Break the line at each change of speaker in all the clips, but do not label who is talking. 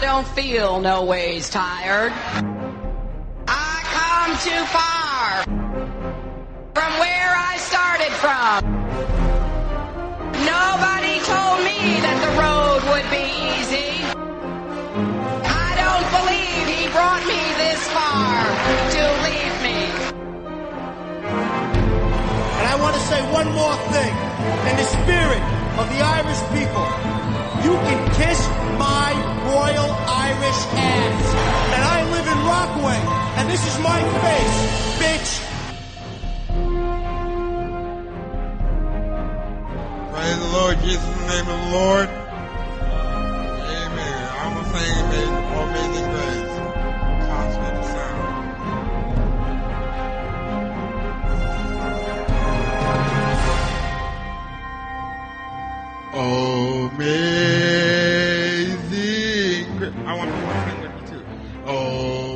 don't feel no ways tired. I come too far from where I started from. Nobody told me that the road would be easy. I don't believe he brought me this far to leave me.
And I want to say one more thing. In the spirit of the Irish people, you can kiss my royal Irish ass. And I live in Rockaway, and this is my face, bitch.
Praise the Lord, Jesus in the name of the Lord. Amen. I will sing amazing, amazing grace. Constant sound. Amazing grace. I want people to sing with me too.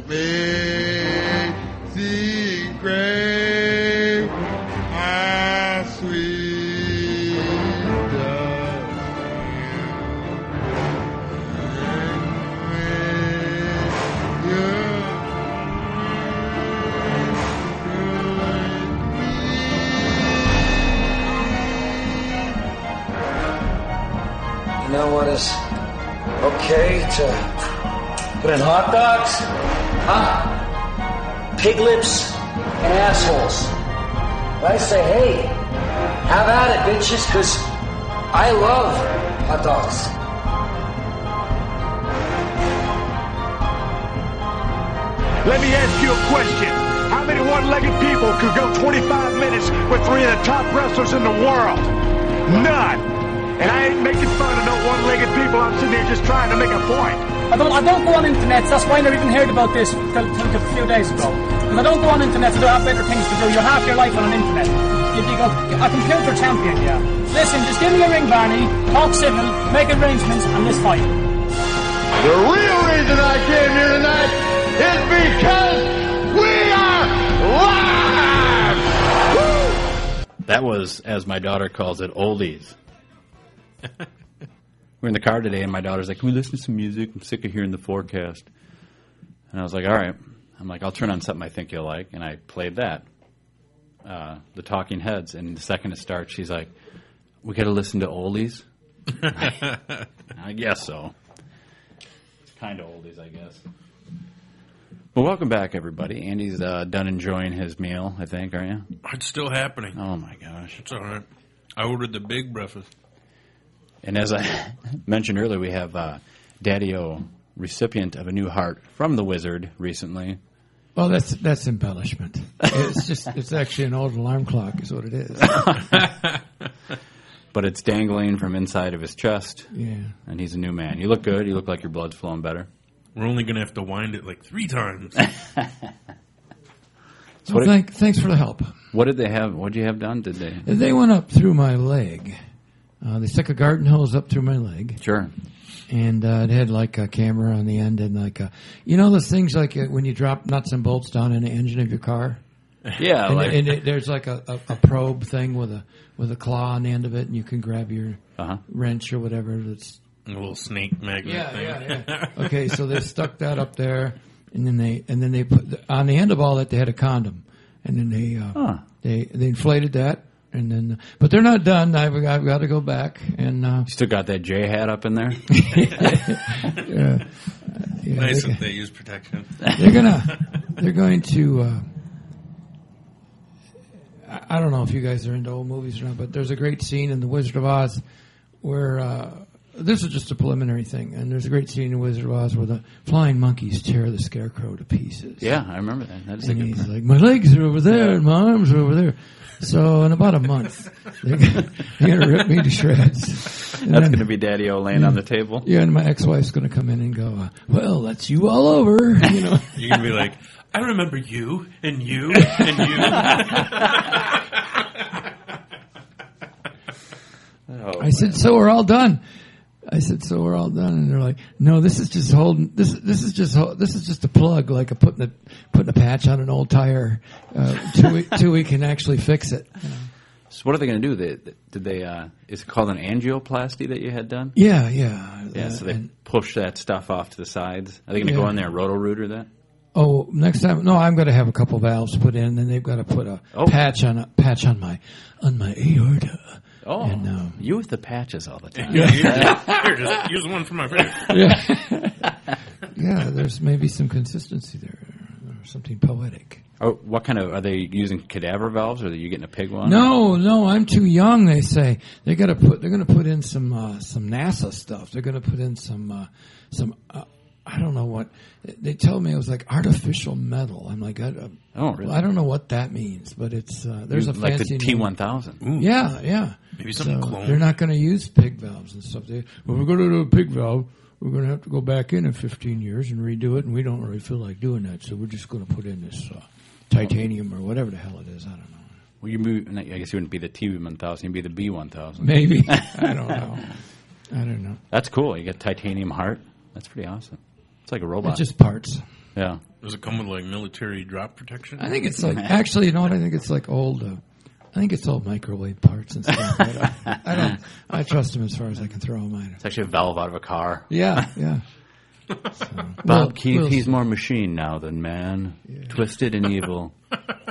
Amazing grace. How sweet the
You know what is okay to put in hot dogs? Huh? Pig lips and assholes. But I say, hey, have at it, bitches, because I love hot dogs.
Let me ask you a question. How many one-legged people could go 25 minutes with three of the top wrestlers in the world? None. And I ain't making fun of no one-legged people. I'm sitting here just trying to make a point.
I don't, I don't go on internet. That's why I never even heard about this till, till a few days ago. Because I don't go on internet. I do have better things to do. You're half your life on an internet. You, you go, a computer champion, yeah. Listen, just give me a ring, Barney. Talk civil, make arrangements, and let's fight.
The real reason I came here tonight is because we are live!
That was, as my daughter calls it, oldies. We're in the car today, and my daughter's like, "Can we listen to some music? I'm sick of hearing the forecast." And I was like, "All right." I'm like, "I'll turn on something I think you'll like," and I played that, uh, the Talking Heads. And the second it starts, she's like, "We got to listen to oldies." I guess so. It's kind of oldies, I guess. Well, welcome back, everybody. Andy's uh, done enjoying his meal, I think, are you?
It's still happening.
Oh my gosh!
It's all right. I ordered the big breakfast.
And as I mentioned earlier, we have uh, Daddy O, recipient of a new heart from the Wizard recently.
Well, that's that's embellishment. It's just it's actually an old alarm clock, is what it is.
But it's dangling from inside of his chest,
Yeah.
and he's a new man. You look good. You look like your blood's flowing better.
We're only gonna have to wind it like three times.
So
what-
thank, thanks for the help.
What did they have? What did you have done? Did they?
They went up through my leg. Uh, they stuck a garden hose up through my leg,
Sure.
and uh, it had like a camera on the end, and like a, you know those things like uh, when you drop nuts and bolts down in the engine of your car,
Yeah,
and,
like
and it, there's like a, a, a probe thing with a with a claw on the end of it, and you can grab your
Uh-huh.
wrench or whatever that's
a little snake magnet
Yeah,
thing.
yeah, yeah. okay, so they stuck that up there, and then they and then they put on the end of all that they had a condom, and then they uh,
Huh.
they they inflated that, and then but they're not done. I've I've got to go back and uh,
still got that J hat up in there.
yeah,
nice
they,
that they use protection.
they're gonna they're going to. Uh, I- I don't know if you guys are into old movies or not, but there's a great scene in The Wizard of Oz where uh, this is just a preliminary thing, and there's a great scene in The Wizard of Oz where the flying monkeys tear the scarecrow to pieces.
yeah, I remember that. That's a
And
good
he's
one.
like, my legs are over there and my arms are over there. So in about a month, they're gonna, they're gonna rip me to shreds. And
That's
then-
going to be Daddy O laying on the table.
yeah, and my ex-wife's gonna come in and go, uh, well, that's you all over, you know.
You're gonna be like, I remember you and you and you.
Oh,
I said, so we're all done. I said, so we're all done, and they're like, no, this is just holding. This this is just hol- this is just a plug, like a putting a putting a patch on an old tire, uh, till we till we can actually fix it.
So what are they going to do? They, did they? Uh, is it called an angioplasty that you had done?
Yeah, yeah.
Yeah.
Uh,
so they
and-
push that stuff off to the sides. Are they going to go
Yeah.
in there and roto rooter that?
Oh, next time, no, I'm going to have a couple valves put in, and they've got to put a
Oh.
patch on a patch on my on my aorta.
Oh,
And, um,
you with the patches all the time.
Yeah, here, here, just use one for my finger.
Yeah, there's maybe some consistency there, or something poetic.
Or Oh, what kind of are they using cadaver valves? Or are you getting a pig one?
No, no, I'm too young. They say they got to put. They're going to put in some uh, some NASA stuff. They're going to put in some uh, some. Uh, I don't know what they tell me. It was like artificial metal. I'm like, I, uh,
Oh, really?
I don't know what that means, but it's uh, there's a
like
fancy
the
name.
T one thousand.
Yeah, yeah.
Maybe something
So
clone.
They're not going to use pig valves and stuff. They, when we go to do a pig valve, we're going to have to go back in in 15 years and redo it, and we don't really feel like doing that, so we're just going to put in this uh, titanium or whatever the hell it is. I don't know.
Well, you move. I guess you wouldn't be the T one thousand. You'd be the B one thousand.
Maybe. I don't know. I don't know.
That's cool. You got titanium heart. That's pretty awesome. It's like a robot.
It's just parts.
yeah.
Does it come with like military drop protection?
I think it's like, actually, you know what? I think it's like old. Uh, I think it's old microwave parts and stuff. I don't, I don't. I trust them as far as I can throw them at.
It's actually a valve out of a car.
Yeah, yeah. Oh,
Bob Keith,
Keith.
he's more machine now than man, twisted and evil.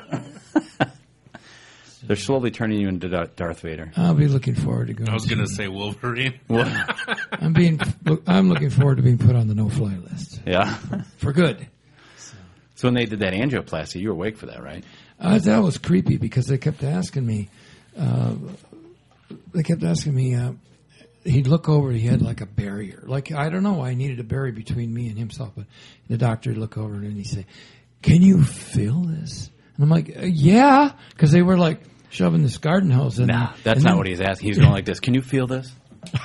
They're slowly turning you into Dar- Darth Vader.
I'll be looking forward to going.
I was
to-
gonna say Wolverine.
I'm being. look, I'm looking forward to being put on the no-fly list
Yeah.
for good.
so when they did that angioplasty, you were awake for that, right?
Uh, that was creepy because they kept asking me. Uh, they kept asking me. Uh, he'd look over. He had like a barrier. Like I don't know. why I needed a barrier between me and himself. But the doctor would look over and he'd say, "Can you feel this?" And I'm like, uh, "Yeah," because they were like shoving this garden hose in.
Nah,
there.
that's
And
not
then-
what he's asking. He's going like this. Can you feel this?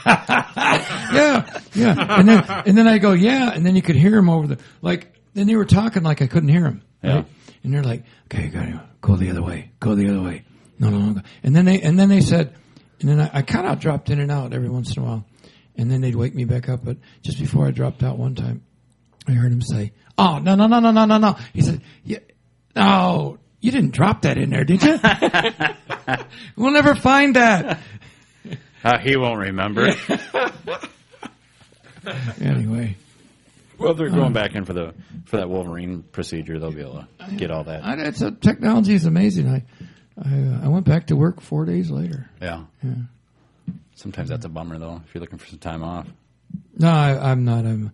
yeah, yeah. And then and then I go, yeah. And then you could hear him over the like. Then they were talking like I couldn't hear him. right? And they're like, okay, you gotta go the other way. Go the other way. No, no, no. Go. And then they and then they said, and then I, I kind of dropped in and out every once in a while. And then they'd wake me back up. But just before I dropped out one time, I heard him say, "Oh no, no, no, no, no, no, no." He said, "Yeah, no, you didn't drop that in there, did you? we'll never find that."
Uh, he won't remember.
Anyway.
well, they're going back in for the for that Wolverine procedure. They'll be able to get all that.
I, it's a, technology is amazing. I, I, uh, I went back to work four days later.
Yeah. Sometimes that's a bummer though. If you're looking for some time off.
No, I, I'm not. I'm.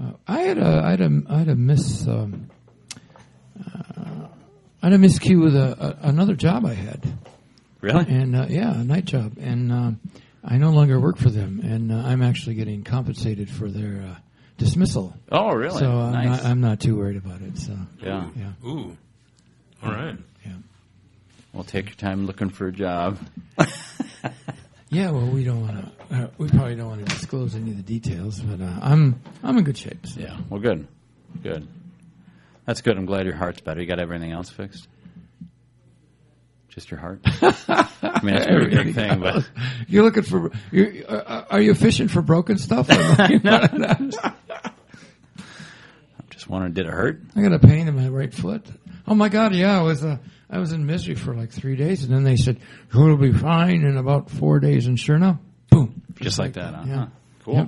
Uh, I had a, I had a, I had a miss. Um, uh, I had a miscue with a, a, another job I had,
Really?
and uh, yeah, a night job, and um, I no longer work for them, and uh, I'm actually getting compensated for their uh, dismissal.
Oh, really?
So I'm,
nice.
not, I'm not too worried about it. So
yeah.
yeah,
Ooh. All right.
yeah,
Well, take your time looking for a job.
yeah. Well, we don't want to. Uh, we probably don't want to disclose any of the details, but uh, I'm I'm in good shape. So.
Yeah. Well, good. Good. That's good. I'm glad your heart's better. You got everything else fixed? Just your heart? I mean, that's a pretty big thing, but
You're looking for. You're, uh, are you fishing for broken stuff? I
just wondering, did it hurt?
got a pain in my right foot. Oh my god! Yeah, I was. Uh, I was in misery for like three days, and then they said you'll be fine in about four days. And sure enough, boom!
Just like that, huh?
Yeah.
Huh. Cool.
Yep.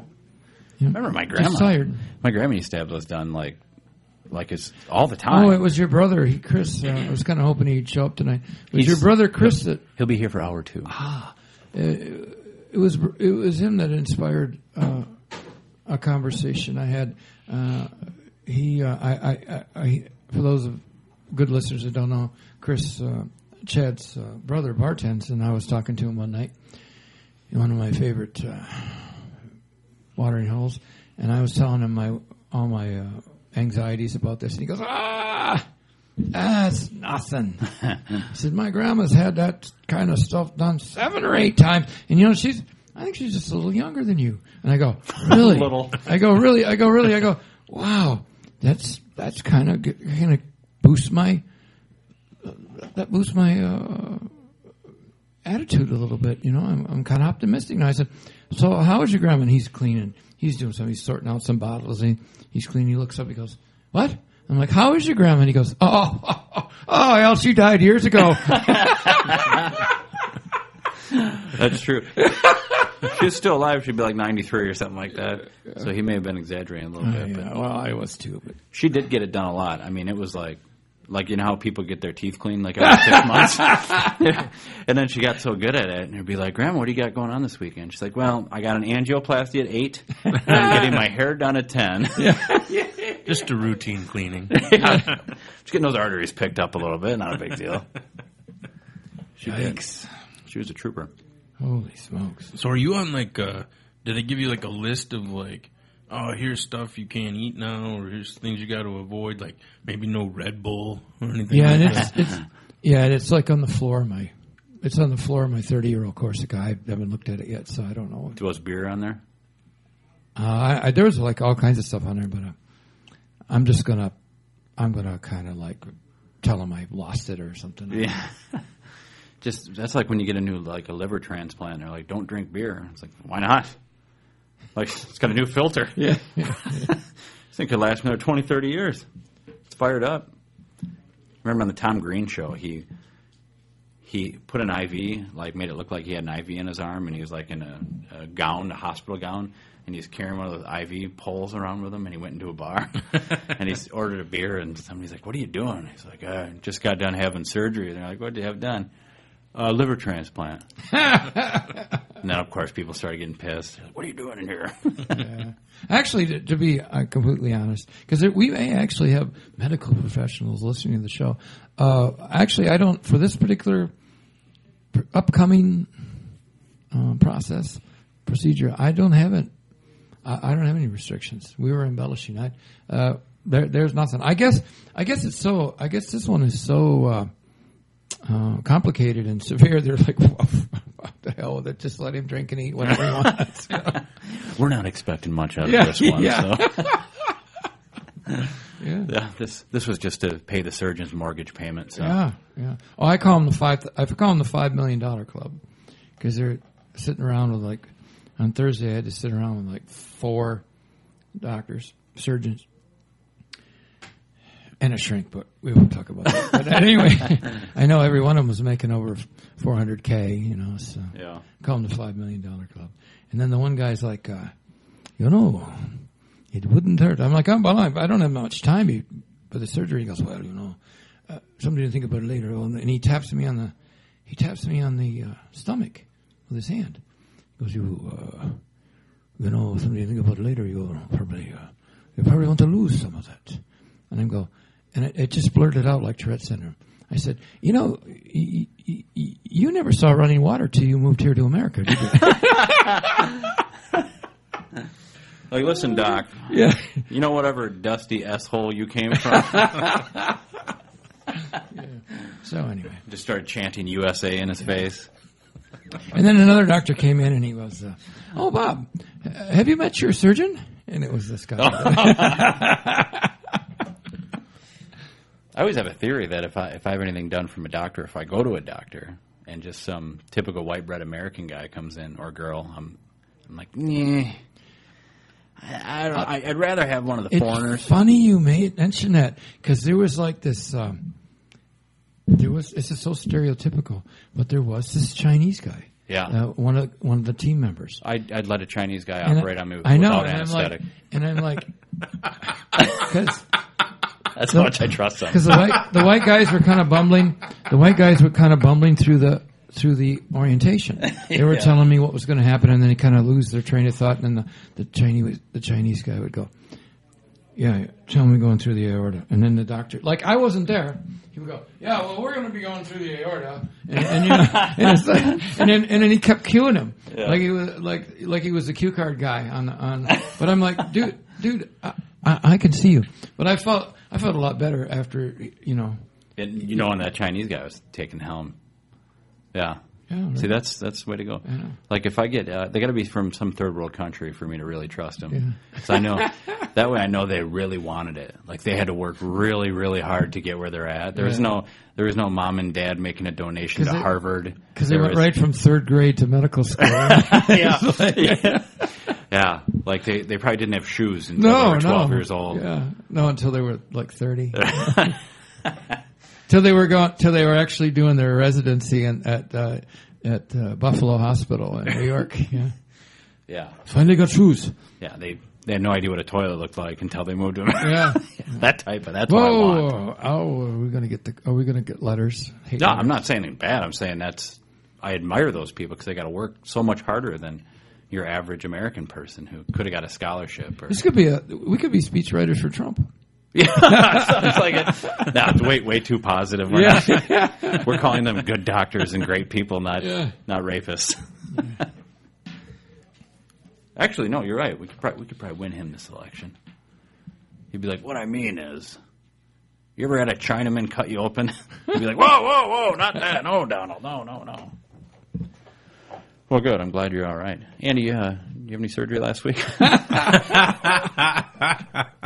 Yep.
Remember my grandma?
Just tired.
My grandma used to have those done like, like it's all the time.
Oh, it was your brother, he, Chris. Uh, I was kind of hoping he'd show up tonight. It was
He's-
your brother, Chris, that
He'll be here for hour two.
it was it was him that inspired uh, a conversation I had. Uh, he, uh, I, I, I, I, for those of good listeners that don't know, Chris uh, Chad's uh, brother bartends, and I was talking to him one night in one of my favorite uh, watering holes, and I was telling him my all my uh, anxieties about this, and he goes, ah. That's nothing. I said, My grandma's had that kind of stuff done seven or eight times. And you know, she's, I think she's just a little younger than you. And I go, Really?
Little.
I go, Really? I go, Really? I go, Wow, that's, that's kind of, going to boost my, uh, that boosts my, uh, attitude a little bit. You know, I'm, I'm kind of optimistic. And I said, so how is your grandma? And he's cleaning. He's doing something. He's sorting out some bottles. And he's cleaning. He looks up. He goes, what? I'm like, how is your grandma? And he goes, oh, oh, oh, oh, oh hell, she died years ago.
That's true. if she was still alive, she'd be like 93 or something like that. So he may have been exaggerating a little bit. But
Yeah, well, I was too, but
she did get it done a lot. I mean, it was like, like you know how people get their teeth cleaned like every six months, and then she got so good at it, and it'd be like, "Grandma, what do you got going on this weekend?" She's like, "Well, I got an angioplasty at eight, and I'm getting my hair done at 10.
Just a routine cleaning.
Just getting those arteries picked up a little bit, not a big deal." She did.
Yikes.
She was a trooper.
Holy smokes.
so are you on like? Uh, did they give you like a list of like? Oh, here's stuff you can't eat now, or here's things you got to avoid, like maybe no Red Bull or anything.
Yeah,
like
and
that?
it's, it's yeah, and it's like on the floor of my it's on the floor of my thirty year old Corsica. I haven't looked at it yet, so I don't know.
There was beer on there.
Uh, I, I, there was like all kinds of stuff on there, but uh, I'm just gonna I'm gonna kind of like tell them I lost it or something.
Yeah. Just that's like when you get a new like a liver transplant. They're like, don't drink beer. It's like, why not? Like it's got a new filter. Yeah. this thing could last another 20, 30 years. It's fired up. Remember on the Tom Green show, he he put an IV, like made it look like he had an IV in his arm, and he was like in a, a gown, a hospital gown, and he's carrying one of those IV poles around with him, and he went into a bar, and he ordered a beer, and somebody's like, "What are you doing?" He's like, "I just got done having surgery." And they're like, "What did you have done?" Uh, liver transplant. and then, of course, people started getting pissed. They're like, what are you doing in here?
Actually, to, to be uh, completely honest, because we may actually have medical professionals listening to the show. Uh, actually, I don't for this particular pr- upcoming uh, process procedure. I don't have it. I, I don't have any restrictions. We were embellishing. I, uh, there, there's nothing. I guess. I guess it's so. I guess this one is so. Uh, uh, complicated and severe. They're like, what the hell with it? Just let him drink and eat whatever he wants.
We're not expecting much out
Yeah,
of this one.
yeah.
So.
Yeah.
Yeah, Uh, this this was just to pay the surgeon's mortgage payment. So.
Yeah, yeah. Oh, I call them the five. I call them the five million dollar club because they're sitting around with like on Thursday. I had to sit around with like four doctors, surgeons, and a shrink. But we won't talk about that. But anyway, I know every one of them was making over four hundred k. You know, so
Yeah.
call them the five million dollar club. And then the one guy's like, uh, you know, it wouldn't hurt. I'm like, oh, well, I I don't have much time be- for the surgery. He goes, well, you know, uh, somebody to think about it later. Oh, And he taps me on the, he taps me on the uh, stomach with his hand. He goes, you, uh, you know, something to think about later. You go, probably, uh, you probably want to lose some of that. And I'm go, and it, it just blurted out like Tourette syndrome. I said, you know, y- y- y- you never saw running water till you moved here to America, did you?
Like, listen, Doc.
yeah.
You know, whatever dusty s hole you came from,
So anyway.
just started chanting USA in his face.
And then another doctor came in and he goes, uh, "Oh, Bob, uh, have you met your surgeon?" And it was this guy.
I always have a theory that if I if I have anything done from a doctor, if I go to a doctor and just some typical white bread American guy comes in or girl, I'm I'm like, nah. I, I don't. I, I'd rather have one of the
It's
foreigners.
funny you made mention that because there was like this. Um, there was this is so stereotypical, but there was this Chinese guy.
Yeah.
uh, one of one of the team members.
I'd, I'd let a Chinese guy
And I-
operate on me
I know,
without
and I'm like,
anesthetic.
and I'm like, because.
That's how much I trust them.
because the white the white guys were kind of bumbling. The white guys were kind of bumbling through the through the orientation. They were
Yeah.
telling me what was going to happen, and then they kind of lose their train of thought. And then the the Chinese the Chinese guy would go, "Yeah, tell me going through the aorta." And then the doctor, like I wasn't there, he would go, "Yeah, well, we're going to be going through the aorta," and, and, you know, and, it's like, and then and then he kept cueing him like he was like like he was the cue card guy on on. But I'm like, dude, dude. I, I, I can see you, but I felt I felt a lot better after you know.
And you know, and that Chinese guy was taking the helm. Yeah.
Yeah, right.
See, that's that's the way to go. Like, if I get, uh, they got to be from some third world country for me to really trust them. Because I know that way, I know they really wanted it. Like, they had to work really, really hard to get where they're at. There was no, there was no mom and dad making a donation to
'Cause they-
Harvard
Because they
There
went
was-
right from third grade to medical school.
Yeah. yeah, yeah. Like they, they probably didn't have shoes until they
no,
were twelve
no.
years old.
Yeah, no, until they were like thirty. till they were going. Till they were actually doing their residency and at uh, at uh, Buffalo Hospital in New York. Yeah.
Yeah,
Finally got shoes.
yeah. They they had no idea what a toilet looked like until they moved to
Yeah.
America. that type of that's what I want.
Whoa! Oh, are we gonna get the? Are we gonna get letters? Hate
No,
letters?
I'm not saying anything bad. I'm saying that's I admire those people because they got to work so much harder than your average American person who could have got a scholarship or
This could be a. We could be speechwriters for Trump.
It's like a, no, it's way way too positive. We're, not- we're calling them good doctors and great people, not
Yeah.
not rapists. Actually, no, you're right. We could probably, we could probably win him this election. He'd be like, "What I mean is, you ever had a Chinaman cut you open?" He'd be like, "Whoa, whoa, whoa, not that! No, Donald, no, no, no." Well, good. I'm glad you're all right, Andy. Uh, you have any surgery last week?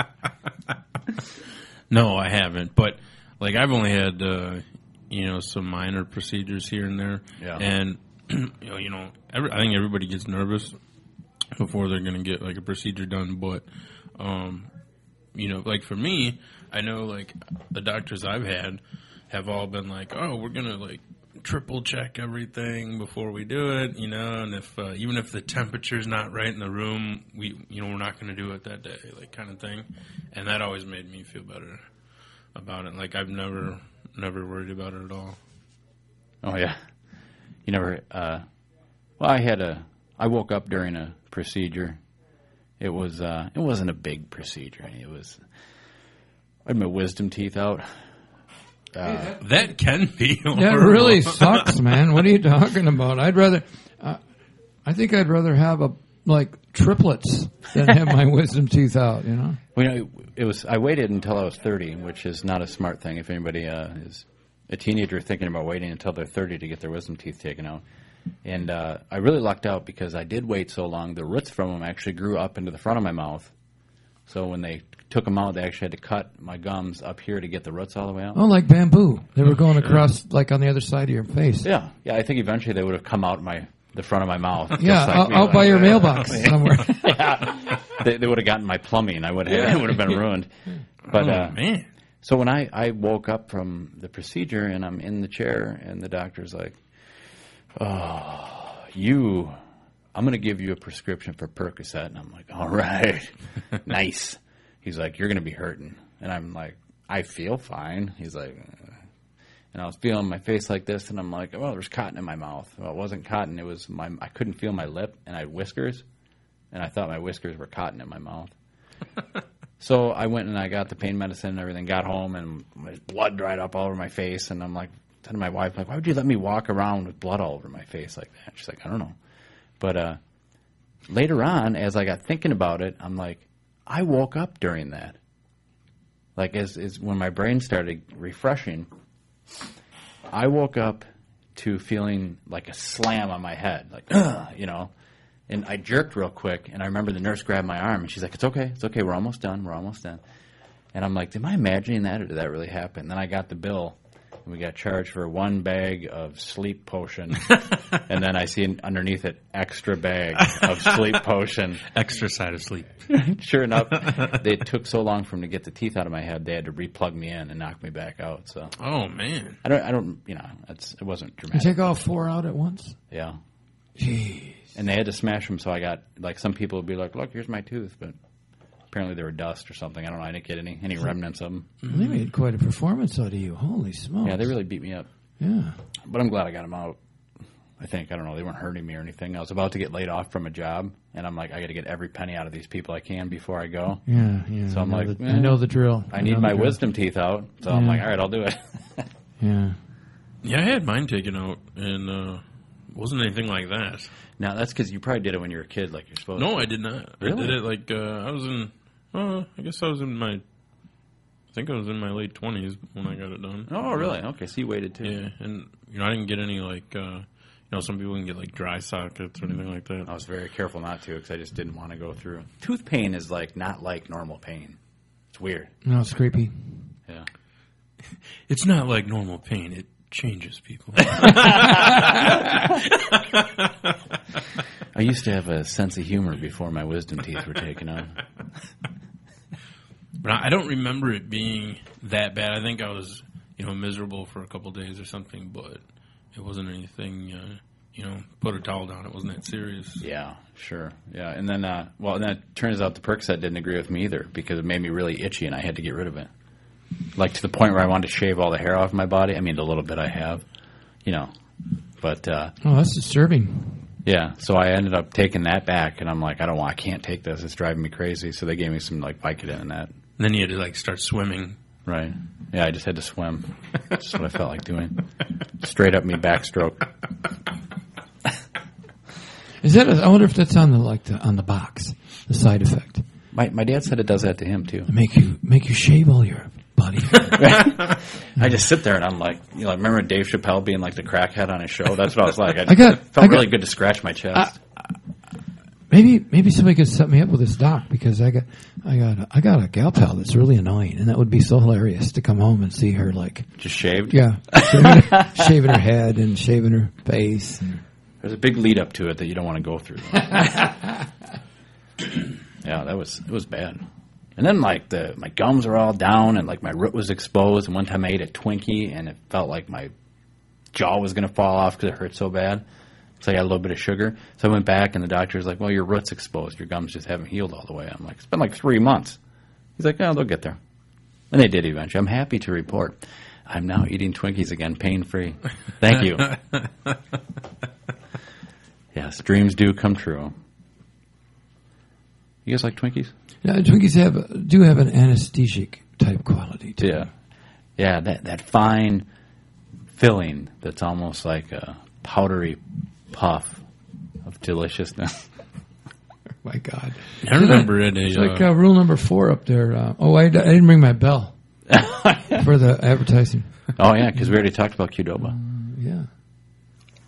No, I haven't. But like I've only had uh, you know some minor procedures here and there.
Yeah.
And you know, you know every, I think everybody gets nervous before they're going to get like a procedure done, but um you know, like for me, I know like the doctors I've had have all been like, "Oh, we're going to like triple check everything before we do it, you know, and if uh, even if the temperature's not right in the room, we you know, we're not going to do it that day, like kind of thing." And that always made me feel better about it. Like I've never never worried about it at all.
Oh yeah, you never. Uh, well, I had a. I woke up during a procedure. It was. Uh, it wasn't a big procedure. It was. I had my wisdom teeth out.
That can be.
That
horrible.
really sucks, man. What are you talking about? I'd rather. Uh, I think I'd rather have a like triplets than have my wisdom teeth out. You know.
Well, you know, it, it was. I waited until I was thirty, which is not a smart thing. If anybody uh, is a teenager thinking about waiting until they're thirty to get their wisdom teeth taken out, and uh, I really lucked out because I did wait so long. The roots from them actually grew up into the front of my mouth. So when they took them out, they actually had to cut my gums up here to get the roots all the way out.
Oh, like bamboo. They were going across like on the other side of your face.
Yeah, yeah. I think eventually they would have come out my the front of my mouth. just
Yeah,
like
out,
me,
out
like-
by your mailbox somewhere.
They, they would have gotten my plumbing. I would have. It would have been ruined. But uh,
Man,
so when I I woke up from the procedure and I'm in the chair and the doctor's like, "Oh, you." I'm going to give you a prescription for Percocet. And I'm like, all right, nice. He's like, you're going to be hurting. And I'm like, I feel fine. He's like, "Uh." and I was feeling my face like this. And I'm like, well, there's cotton in my mouth. Well, it wasn't cotton. It was my, I couldn't feel my lip and I had whiskers. And I thought my whiskers were cotton in my mouth. so I went and I got the pain medicine and everything, got home and my blood dried up all over my face. And I'm like, said to my wife, like, why would you let me walk around with blood all over my face like that? She's like, I don't know. But uh, later on, as I got thinking about it, I'm like, I woke up during that. Like, as, as when my brain started refreshing, I woke up to feeling like a slam on my head, like, you know. And I jerked real quick, and I remember the nurse grabbed my arm, and she's like, It's okay, it's okay, we're almost done, we're almost done. And I'm like, Am I imagining that, or did that really happen? Then I got the bill, and we got charged for one bag of sleep potion, and then I see underneath it, extra bag of sleep potion
extra side of sleep.
sure enough, they took so long for them to get the teeth out of my head, they had to replug me in and knock me back out. So
Oh man.
I don't, I don't, you know, it's, it wasn't
You
dramatic.
take all four out at once.
yeah. And they had to smash them, so I got like some people would be like, "Look, here's my tooth," but apparently they were dust or something. I don't know. I didn't get any any remnants of them.
They
Mm.
made quite a performance out of you. Holy smokes!
Yeah, they really beat me up,
Yeah.
but I'm glad I got them out. I think I don't know. They weren't hurting me or anything. I was about to get laid off from a job, and I'm like, I got to get every penny out of these people I can before I go.
Yeah, yeah.
So I'm
I know
like,
the,
eh,
I know the drill.
I need
know
my
the drill.
wisdom teeth out, so I'm
Yeah.
like, all right, I'll do it.
Yeah.
Yeah, I had mine taken out, and uh, wasn't anything like that.
Now that's because you probably did it when you were a kid, like you're supposed.
No,
to.
I did not. I
Really?
did it like uh, I was in. Uh, I guess I was in my. I think I was in my late twenties when I got it done.
Oh, really? Okay, so you waited too.
Yeah, and you know I didn't get any like. Uh, you know, some people can get like dry sockets or anything like that.
I was very careful not to because I just didn't want to go through. Tooth pain is like not like normal pain. It's weird.
No, it's creepy.
Yeah.
It's not like normal pain. It changes people.
I used to have a sense of humor before my wisdom teeth were taken out.
But I I don't remember it being that bad. I think I was, you know, miserable for a couple days or something, but it wasn't anything, uh, you know, put a towel down. It wasn't that serious.
Yeah, sure. Yeah, and then uh, well, and then it turns out the Percocet didn't agree with me either because it made me really itchy, and I had to get rid of it. Like to the point where I wanted to shave all the hair off my body. I mean, the little bit I have, you know. But uh,
Oh, that's disturbing.
yeah, so I ended up taking that back, and I'm like, I don't want, I can't take this. It's driving me crazy. So they gave me some like Vicodin and that.
And then you had to like start swimming.
Right. Yeah, I just had to swim. That's what I felt like doing. Straight up me backstroke.
Is that? A, I wonder if that's on the like the on the box. The side effect
My my dad said it does that to him too.
make you make you shave all your body. fat.
I just sit there and I'm like, you know, remember Dave Chappelle being like the crackhead on his show? That's what I was like. I,
I got-
felt
I got-
really good to scratch my chest.
maybe maybe somebody could set me up with this doc because I got I got a, I got a gal pal that's really annoying, and that would be so hilarious to come home and see her like
just shaved.
yeah shaving, her, shaving her head and shaving her face.
There's a big lead up to it that you don't want to go through. yeah, that was it was bad. And then like the my gums are all down and like my root was exposed. And one time I ate a Twinkie and it felt like my jaw was gonna fall off because it hurt so bad. So I got a little bit of sugar. So I went back and the doctor's like, "Well, your root's exposed. Your gums just haven't healed all the way." I'm like, "It's been like three months." He's like, "Oh, they'll get there." And they did eventually. I'm happy to report. I'm now eating Twinkies again, pain free. Thank you. Yes, dreams do come true. You guys like Twinkies?
Now, Twinkies have do have an anesthetic type quality. To them.
Yeah, that, that fine filling that's almost like a powdery puff of deliciousness.
my God.
I remember at a
It's
uh,
like uh, rule number four up there. Uh, oh, I, I didn't ring my bell for the advertising.
oh, yeah, because we already talked about Qdoba.
Yeah.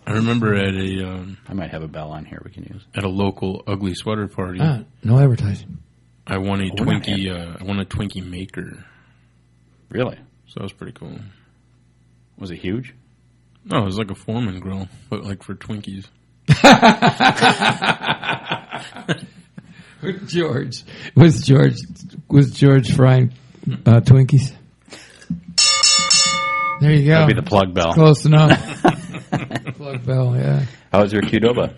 I remember at a um,
I might have a bell on here we can use.
at a local ugly sweater party.
Ah, no advertising.
I won a
we're not
Twinkie. Uh, I won a Twinkie maker,
Really?
so that was pretty cool.
Was it huge?
No, it was like a Foreman grill, but like for Twinkies.
George was George was George frying uh, Twinkies. There you go.
That'd be the plug bell.
Close enough. Plug bell. Yeah.
How was your Qdoba?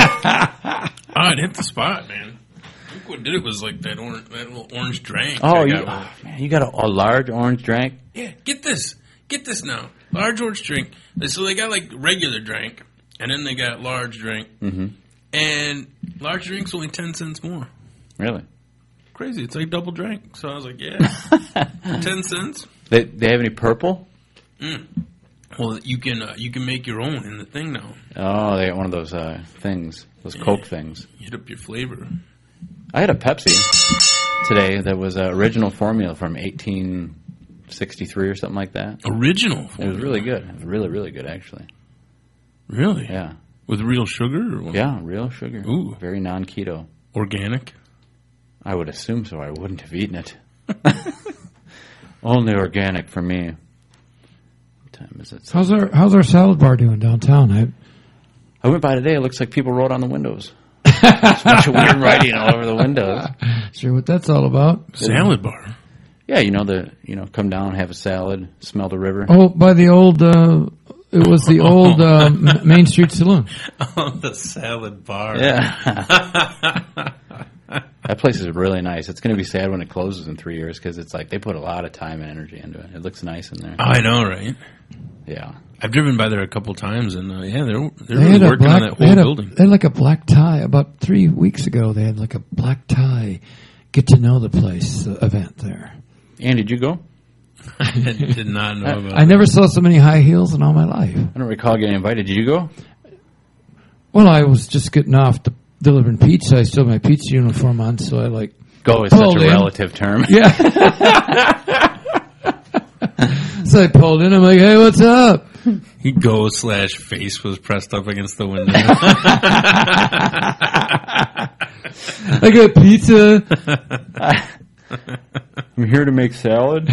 Ah, it hit the spot, man. I think what did it was like that, or- that little orange drink.
Oh,
I
you,
got with-
oh, man, you got a, a large orange drink?
Yeah, get this. Get this now. Large orange drink. So they got like regular drink, and then they got large drink. Mm-hmm. And large drink's only 10 cents more.
Really?
Crazy. It's like double drink. So I was like, yeah. 10 cents?
They, they have any purple?
Hmm. Well, you can uh, you can make your own in the thing now.
Oh, they got one of those uh, things, those Coke things.
Hit up your flavor.
I had a Pepsi today that was uh, original formula from 1863 or something like that.
Original.
It was really good. It was really, really good, actually.
Really?
Yeah.
With real sugar or what?
Yeah, real sugar.
Ooh.
Very non keto.
Organic?
I would assume so. I wouldn't have eaten it. Only organic for me. What time is it?
How's our How's our salad bar doing downtown? I,
I went by today. It looks like people wrote on the windows. There's a bunch of weird writing all over the windows.
sure, what that's all about.
Salad bar.
Yeah, you know the you know come down, have a salad, smell the river.
Oh, by the old. Uh, it was the old uh, M- Main Street Saloon.
Oh, the salad bar.
Yeah. that place is really nice. It's going to be sad when it closes in three years because it's like they put a lot of time and energy into it. It looks nice in there.
I know, right?
Yeah.
I've driven by there a couple times, and uh, yeah, they're they're
They
really
had a
working
black.
on that
they
whole
had a,
building.
They had like a black tie. About three weeks ago, they had like a black tie. Get to know the place uh, event there.
And did you go?
I did not know about.
I never saw so many high heels in all my life.
I don't recall getting invited. Did you go?
Well, I was just getting off to delivering pizza. I still had my pizza uniform on, so I like.
Go is such
Pulled
a
in.
relative term.
Yeah. so I pulled in. I'm like, hey, what's up?
He Go slash face was pressed up against the window.
I got pizza.
I'm here to make salad.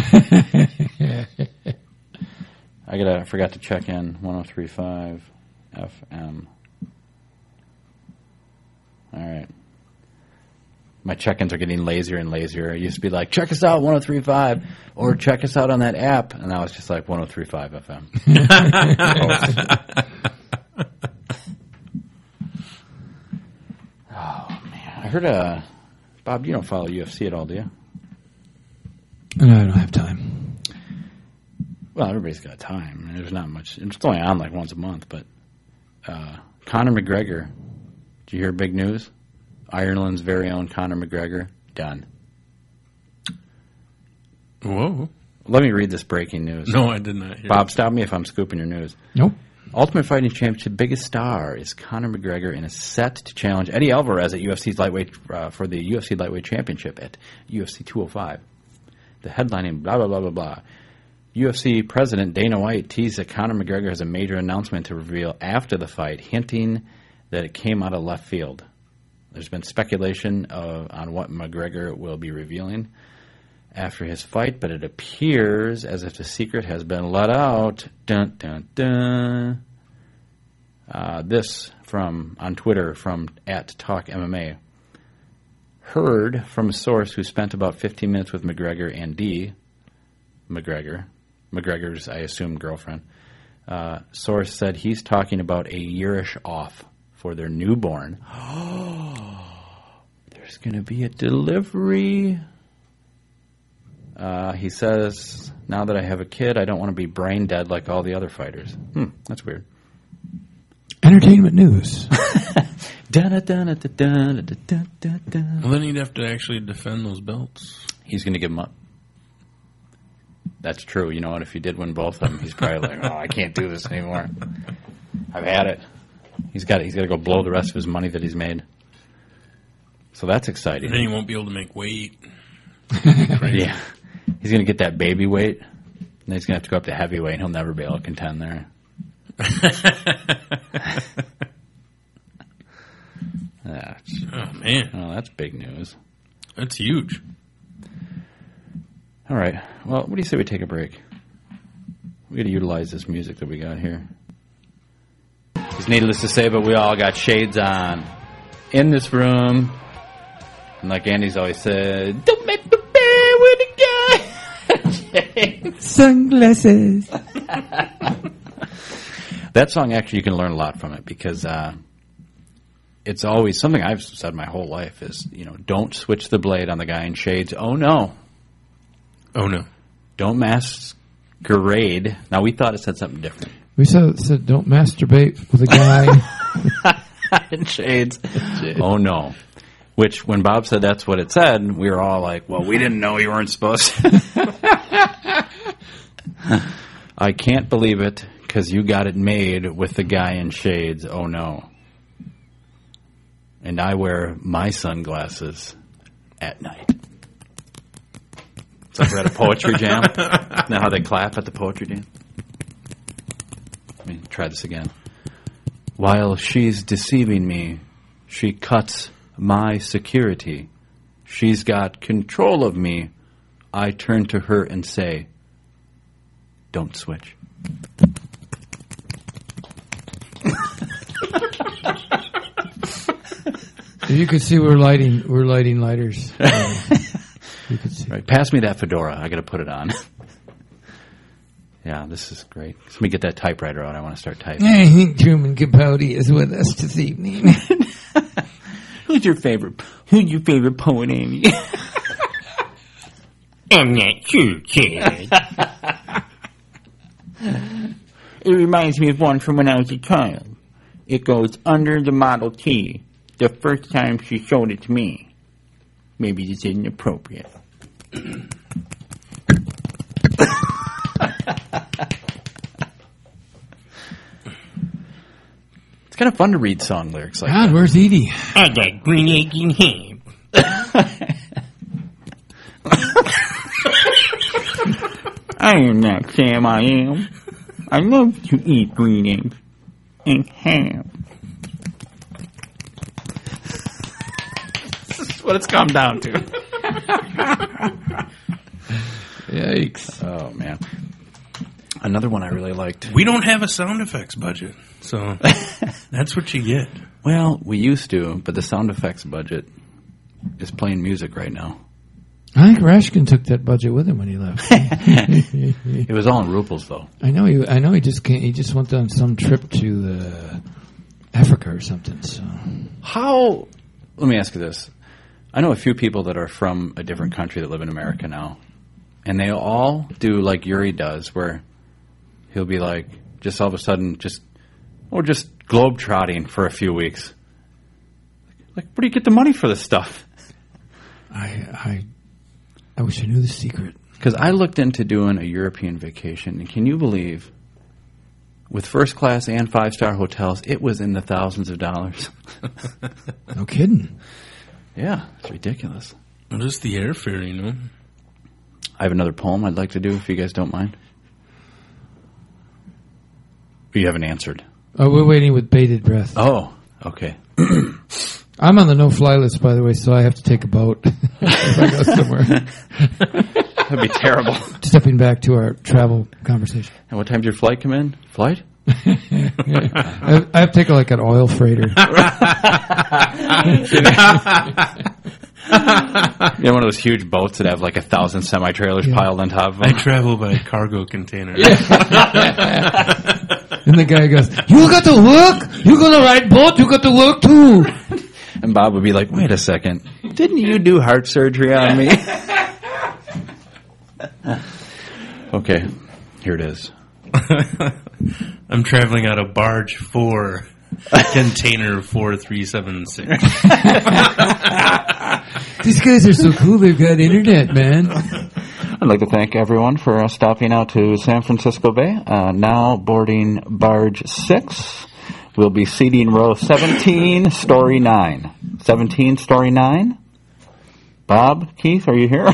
I gotta I forgot to check in 1035 FM. All right. My check-ins are getting lazier and lazier. It used to be like, check us out 1035 or check us out on oh that app and now it's just like 1035 FM. I heard, uh, Bob, you don't follow UFC at all, do you?
No, I don't have time.
Well, everybody's got time. I mean, There's not much. It's going on like once a month, but uh, Conor McGregor. Did you hear big news? Ireland's very own Conor McGregor done.
Whoa.
Let me read this breaking news.
No, I did not hear.
Bob, stop me if I'm scooping your news.
Nope.
Ultimate Fighting Championship biggest star is Conor McGregor and is set to challenge Eddie Alvarez at UFC's lightweight uh, for the UFC lightweight championship at UFC 205. The headlining blah blah blah blah blah. UFC president Dana White teased that Conor McGregor has a major announcement to reveal after the fight, hinting that it came out of left field. There's been speculation uh, on what McGregor will be revealing after his fight, but it appears as if the secret has been let out. Dun dun dun. Uh, this from on Twitter from at Talk MMA. Heard from a source who spent about 15 minutes with McGregor and D. McGregor, McGregor's I assume girlfriend. Uh, source said he's talking about a yearish off for their newborn. There's going to be a delivery. Uh, he says, "Now that I have a kid, I don't want to be brain dead like all the other fighters." Hmm, that's weird.
Entertainment news.
Dun-dun-dun-dun-dun-dun-dun-dun.
Well, then he'd have to actually defend those belts.
He's going to give him up. That's true. You know what? If he did win both of them, he's probably like, "Oh, I can't do this anymore. I've had it." He's got. He's got to go blow the rest of his money that he's made. So that's exciting.
And then he won't be able to make weight.
Yeah. He's going to get that baby weight, and then he's going to have to go up to heavyweight, and he'll never be able to contend there. that's,
Oh man,
oh, that's big news.
that's huge.
All right. Well, what do you say we take a break? We got to utilize this music that we got here. It's needless to say, but we all got shades on in this room. And like Andy's always said, don't make the bear with a guy.
Sunglasses.
That song actually, you can learn a lot from it because uh, it's always something I've said my whole life is you know don't switch the blade on the guy in shades. Oh no,
Oh no.
don't masquerade. Now we thought it said something different
We said, said don't masturbate with a guy.
in shades. Oh no. Which, when Bob said that's what it said, we were all like, "Well, we didn't know you weren't supposed." to. I can't believe it because you got it made with the guy in shades. Oh no! And I wear my sunglasses at night. It's like we're at a poetry jam. know how they clap at the poetry jam? Let me try this again. While she's deceiving me, she cuts my security. She's got control of me. I turn to her and say, Don't switch.
if you could see, we're lighting we're lighting lighters. Uh, you could see.
Right, pass me that fedora. I got to put it on. yeah, this is great. Let me get that typewriter out. I want to start typing.
I think Truman Capote is with us this evening.
Who's your favorite? Who's your favorite poet, Amy?
I'm not sure, kid. it reminds me of one from when I was a child. It goes under the Model T the first time she showed it to me. Maybe it's inappropriate.
it's kind of fun to read song lyrics like
God, where's Edie?
I got green egg and ham. I am not Sam, I am. I love to eat green eggs and ham.
That's what it's come down to.
Yikes!
Oh man. Another one I really liked.
We don't have a sound effects budget, so that's what you get.
Well, we used to, but the sound effects budget is playing music right now.
I think Rashkin took that budget with him when he left.
It was all in ruples though.
I know he. I know he just can't. He just went on some trip to the Africa or something. So
How? Let me ask you this: I know a few people that are from a different country that live in America now, and they all do like Yuri does, where he'll be like, just all of a sudden, just or just globetrotting for a few weeks. Like, where do you get the money for this stuff?
I, I, I wish I knew the secret.
Because I looked into doing a European vacation, and can you believe, with first class and five star hotels, it was in the thousands of dollars.
No kidding.
Yeah, it's ridiculous.
Well, just the airfare, you know.
I have another poem I'd like to do if you guys don't mind. You haven't answered.
Oh, we're waiting with bated breath.
Oh, okay.
I'm on the no-fly list, by the way, so I have to take a boat if I go somewhere.
That'd be terrible.
Stepping back to our travel conversation,
And what time's your flight come in? Flight?
I, I have to take like an oil freighter.
You know, one of those huge boats that have like a thousand semi trailers piled on top of
I
them.
travel by cargo container.
And the guy goes, "You got to work. You gonna ride boat. You got to work too."
And Bob would be like, wait a second. Didn't you do heart surgery on me? okay, here it is.
I'm traveling out of barge four, container four three seven six.
These guys are so cool. They've got internet, man.
I'd like to thank everyone for uh, stopping out to San Francisco Bay. Uh, now boarding barge six. We'll be seating row 17, story nine. 17, story nine. Bob, Keith, are you here?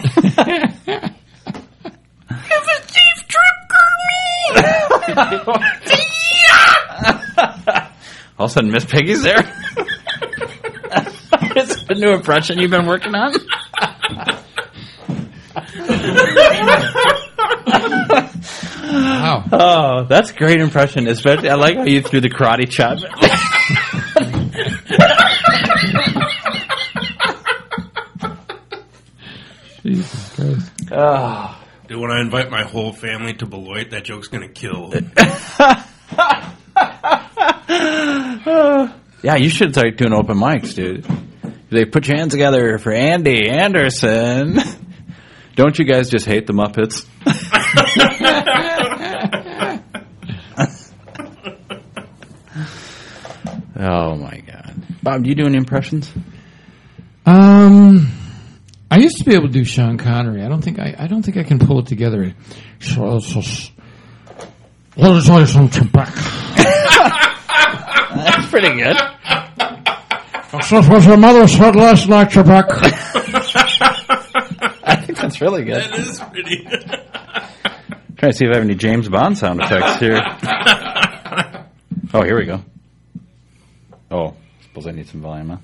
All of a sudden, Miss Piggy's there. it's a new impression you've been working on.
Wow.
Oh, that's a great impression. Especially, I like how you threw the karate chop.
Jesus Christ.
Dude, when I invite my whole family to Beloit, that joke's gonna kill.
Yeah, you should start doing open mics, dude. They put your hands together for Andy Anderson. Don't you guys just hate the Muppets? oh my god, Bob, do you do any impressions?
Um, I used to be able to do Sean Connery. I don't think I, I don't think I can pull it together. So, I'll just- let me tell you something back.
That's pretty good.
That's what your mother said last night, Trebek.
I think that's really good.
That is pretty.
Trying to see if I have any James Bond sound effects here. oh, here we go. Oh, suppose I need some volume, huh?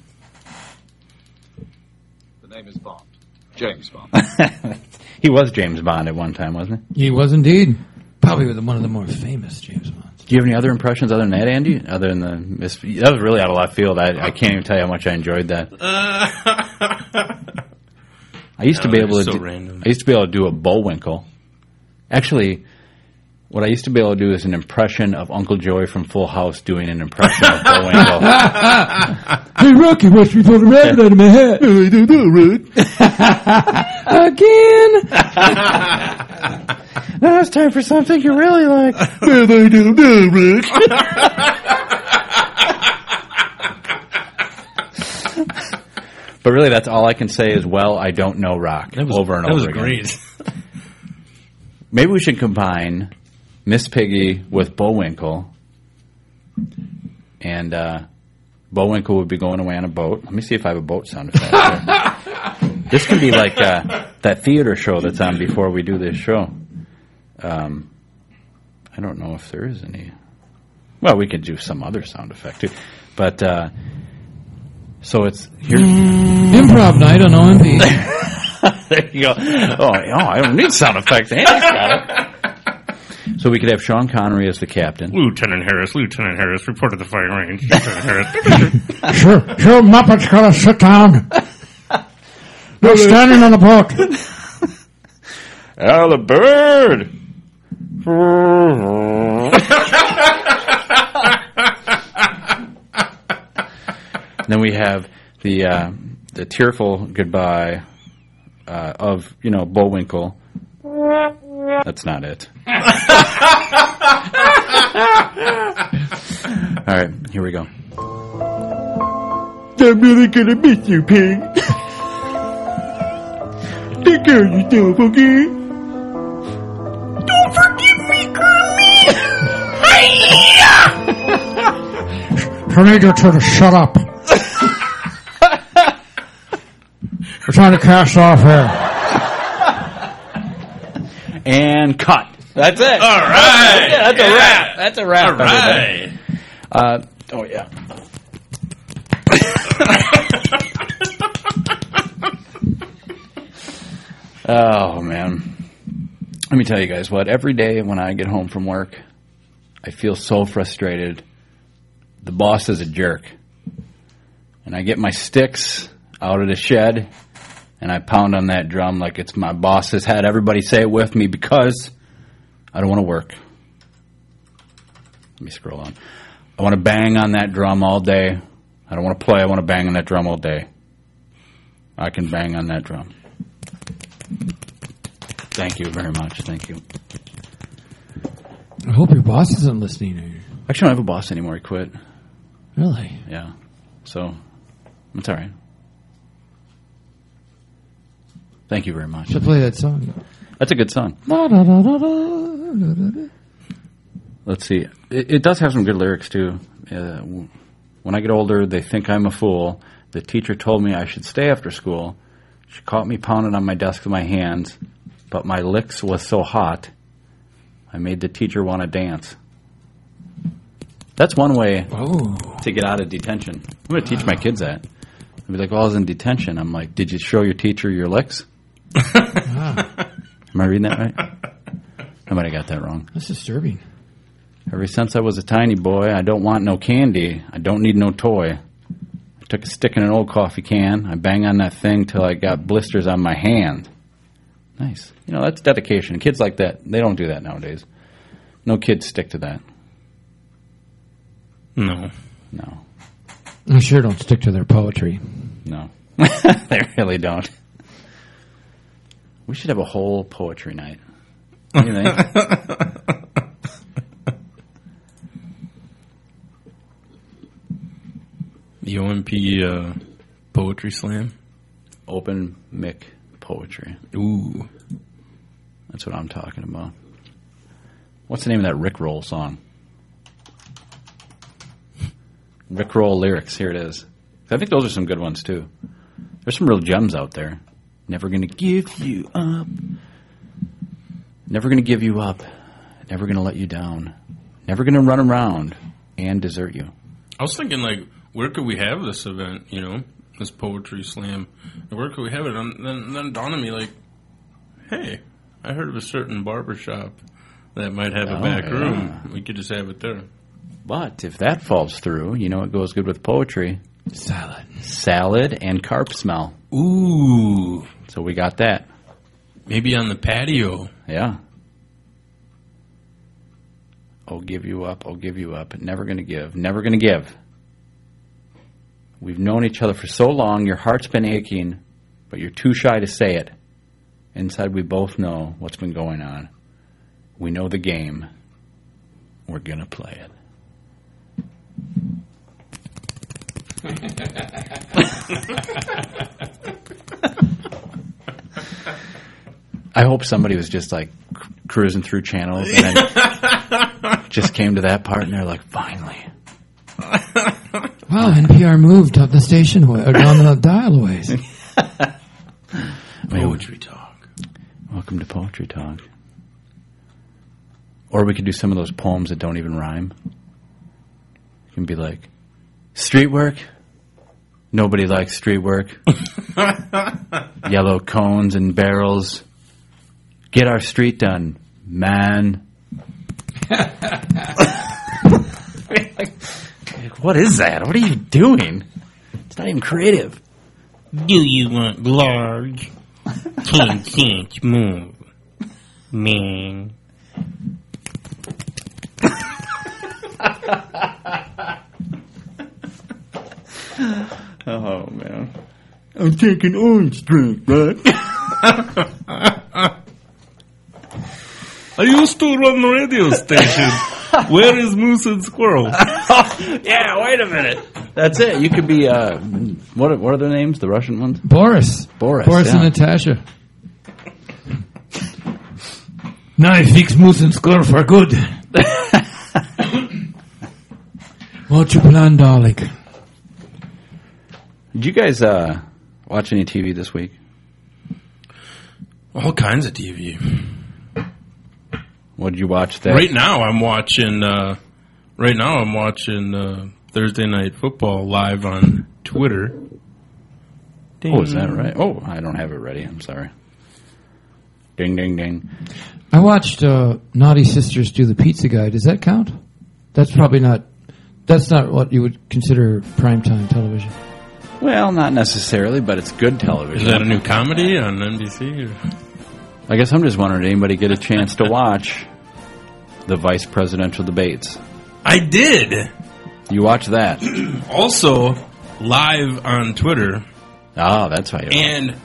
The name is Bond. James Bond.
he was James Bond at one time, wasn't he?
He was indeed. Probably with one of the more famous James Bonds.
Do you have any other impressions other than that, Andy? Other than the mis- that was really out of left field. I, I can't even tell you how much I enjoyed that. I used to
No,
be
they're
able to.
so
do,
random.
I used to be able to do a Bullwinkle. Actually, what I used to be able to do is an impression of Uncle Joey from Full House doing an impression of Bullwinkle.
Hey, Rocky, watch me throw the rabbit out of my hat. I do do, Rude. Again.
now it's time for something you really like. But really, that's all I can say is, well, I don't know rock over and
that
over
was
again.
great.
Maybe we should combine Miss Piggy with Bullwinkle, and uh, Bullwinkle would be going away on a boat. Let me see if I have a boat sound effect. here. this can be like uh, that theater show that's on before we do this show. Um, I don't know if there is any. Well, we could do some other sound effect too, but uh, so it's here.
Improv night on OMB.
There you go. Oh, oh, I don't need sound effects. Andy's got it. So we could have Sean Connery as the captain.
Lieutenant Harris, Lieutenant Harris, report at the firing range. Lieutenant Harris.
sure, sure, Muppet's gotta sit down. They're standing on the boat.
Al the bird. then we have the uh, the tearful goodbye uh, of you know Bullwinkle. That's not it. All right, here we go.
I'm really gonna miss you, Pig. Take care of yourself, okay? Don't forgive me,
Tornado Turtle, shut up. We're trying to cast off here.
And cut. That's it.
All right.
Yeah, that's a
Yeah.
wrap. That's a wrap.
All right.
everybody. Uh, oh yeah. oh man. Let me tell you guys what. Every day when I get home from work, I feel so frustrated. The boss is a jerk, and I get my sticks out of the shed, and I pound on that drum like it's my boss's head. Everybody say it with me because I don't want to work. Let me scroll on. I want to bang on that drum all day. I don't want to play. I want to bang on that drum all day. I can bang on that drum. Thank you very much. Thank you.
I hope your boss isn't listening to you.
Actually, I don't have a boss anymore. He quit.
Really?
Yeah. So, it's all right. Thank you very much.
Should play that song.
That's a good song.
Da-da-da-da-da.
Let's see. It, it does have some good lyrics too. Uh, w- when I get older, they think I'm a fool. The teacher told me I should stay after school. She caught me pounding on my desk with my hands, but my licks was so hot, I made the teacher want to dance. That's one way
Oh.
to get out of detention. I'm going to teach my kids that. They'll be like, "Well, I was in detention." I'm like, "Did you show your teacher your licks?" Am I reading that right? I might have got that wrong.
That's disturbing.
Ever since I was a tiny boy, I don't want no candy. I don't need no toy. I took a stick in an old coffee can. I bang on that thing till I got blisters on my hand. Nice. You know, that's dedication. Kids like that, they don't do that nowadays. No kids stick to that.
No.
No.
I sure don't stick to their poetry.
No. they really don't. We should have a whole poetry night. What do you think?
The OMP uh, poetry slam.
Open mic poetry.
Ooh.
That's what I'm talking about. What's the name of that Rick Roll song? Rick Roll lyrics. Here it is. I think those are some good ones too. There's some real gems out there. Never gonna give you up. Never gonna give you up. Never gonna let you down. Never gonna run around and desert you.
I was thinking, like, where could we have this event, you know? This poetry slam. Where could we have it? And then, then it dawned on me, like, hey, I heard of a certain barber shop that might have a
Oh,
back
yeah.
room. We could just have it there.
But if that falls through, you know it goes good with poetry,
Salad.
salad, and carp smell.
Ooh.
So we got that.
Maybe on the patio.
Yeah. I'll give you up. I'll give you up. Never going to give. Never going to give. We've known each other for so long, your heart's been aching, but you're too shy to say it. Inside, we both know what's been going on. We know the game. We're going to play it. I hope somebody was just like cr- cruising through channels and then just came to that part and they're like, finally.
Wow, NPR moved up the station wa- or down the dial ways.
I mean,
Poetry talk.
Welcome to Poetry Talk. Or we could do some of those poems that don't even rhyme. You can be like, Street work? Nobody likes street work. Yellow cones and barrels. Get our street done, man. like, what is that? What are you doing? It's not even creative.
Do you want large? Ten cents more. Man.
Oh, man.
I'm taking orange drink, Dad.
I used to run the radio station. Where is Moose and Squirrel?
yeah, wait a minute.
That's it. You could be uh, what? Are, what are their names? The Russian ones?
Boris.
Boris.
Boris
yeah.
and Natasha. now I fix moose and score for good. what you plan, darling?
Did you guys uh, watch any TV this week?
All kinds of TV.
What did you watch? That
Right now, I'm watching. Uh, right now, I'm watching uh, Thursday Night Football live on Twitter.
Oh, is that right? Oh, I don't have it ready. I'm sorry. Ding, ding, ding.
I watched uh, Naughty Sisters do the Pizza Guy. Does that count? That's probably not. That's not what you would consider primetime television.
Well, not necessarily, but it's good television.
Is that a new comedy on NBC? Or?
I guess I'm just wondering, did anybody get a chance to watch the vice presidential debates?
I did.
You watch that?
Also, live on Twitter.
Oh, that's why. You
And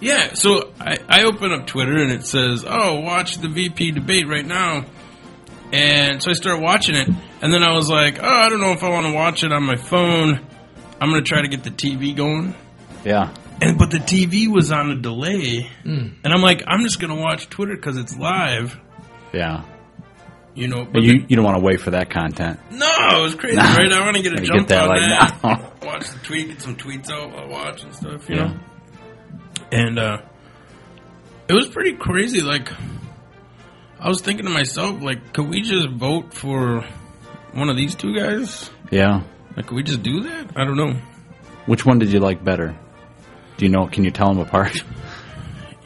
yeah, so I, I open up Twitter and it says, "Oh, watch the VP debate right now." And so I start watching it, and then I was like, "Oh, I don't know if I want to watch it on my phone. I'm gonna try to get the TV going."
yeah.
And but the TV was on a delay,
Hmm.
and I'm like, "I'm just gonna watch Twitter because it's live."
Yeah.
You know,
But you, you don't want to wait for that content.
no, it was crazy,
Nah.
right? I want to get a
Gotta
jump
get that,
on
like,
that.
now.
watch the tweet, get some tweets out while I watch and stuff, you
Yeah.
know. And uh, it was pretty crazy. Like, I was thinking to myself, like, could we just vote for one of these two guys?
Yeah.
Like, could we just do that? I don't know.
Which one did you like better? Do you know? Can you tell them apart?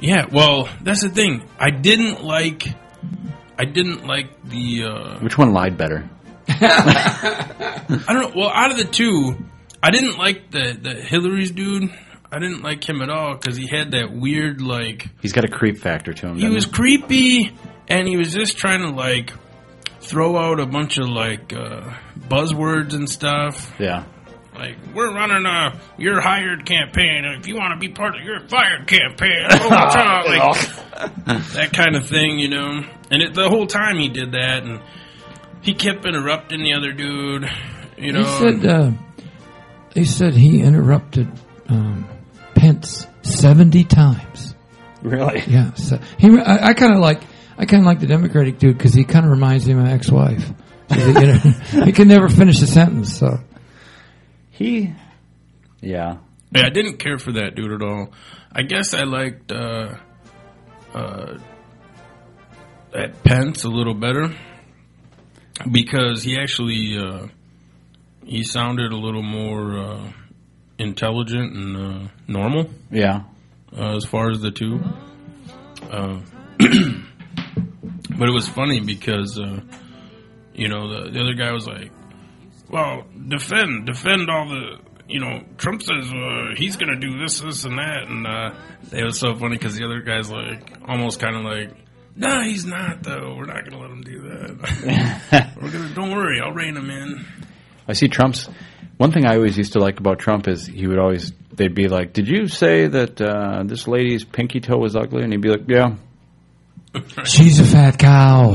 Yeah, well, that's the thing. I didn't like. I didn't like the. Uh,
Which one lied better?
I don't know. Well, out of the two, I didn't like the the Hillary's dude. I didn't like him at all because he had that weird like.
He's got a creep factor to him.
he
doesn't
was creepy and he was just trying to like throw out a bunch of like uh, buzzwords and stuff
Yeah.
like we're running a you're hired campaign and if you want to be part of your fired campaign oh, watch out," like, that kind of thing you know and it, the whole time he did that and he kept interrupting the other dude you know
He said.
and-
Uh, he said he interrupted um, Pence seventy times.
Really?
Yeah, so he. I, I kind of like. I kind of like the Democratic dude because he kind of reminds me of my ex-wife. You know, he can never finish a sentence. So
He. Yeah.
Yeah, I didn't care for that dude at all. I guess I liked uh, uh, that Pence a little better because he actually uh, he sounded a little more uh, intelligent and uh, normal
Yeah.
uh, as far as the two. Uh, but it was funny because, uh, you know, the, the other guy was like, well, defend, defend all the, you know, Trump says uh, he's going to do this, this, and that. And uh, it was so funny because the other guy's like, almost kind of like, no, he's not, though. We're not going to let him do that. We're gonna, don't worry, I'll rein him in.
I see Trump's. One thing I always used to like about Trump is he would always. They'd be like, "Did you say that uh, this lady's pinky toe was ugly?" And he'd be like, "Yeah."
she's a fat cow.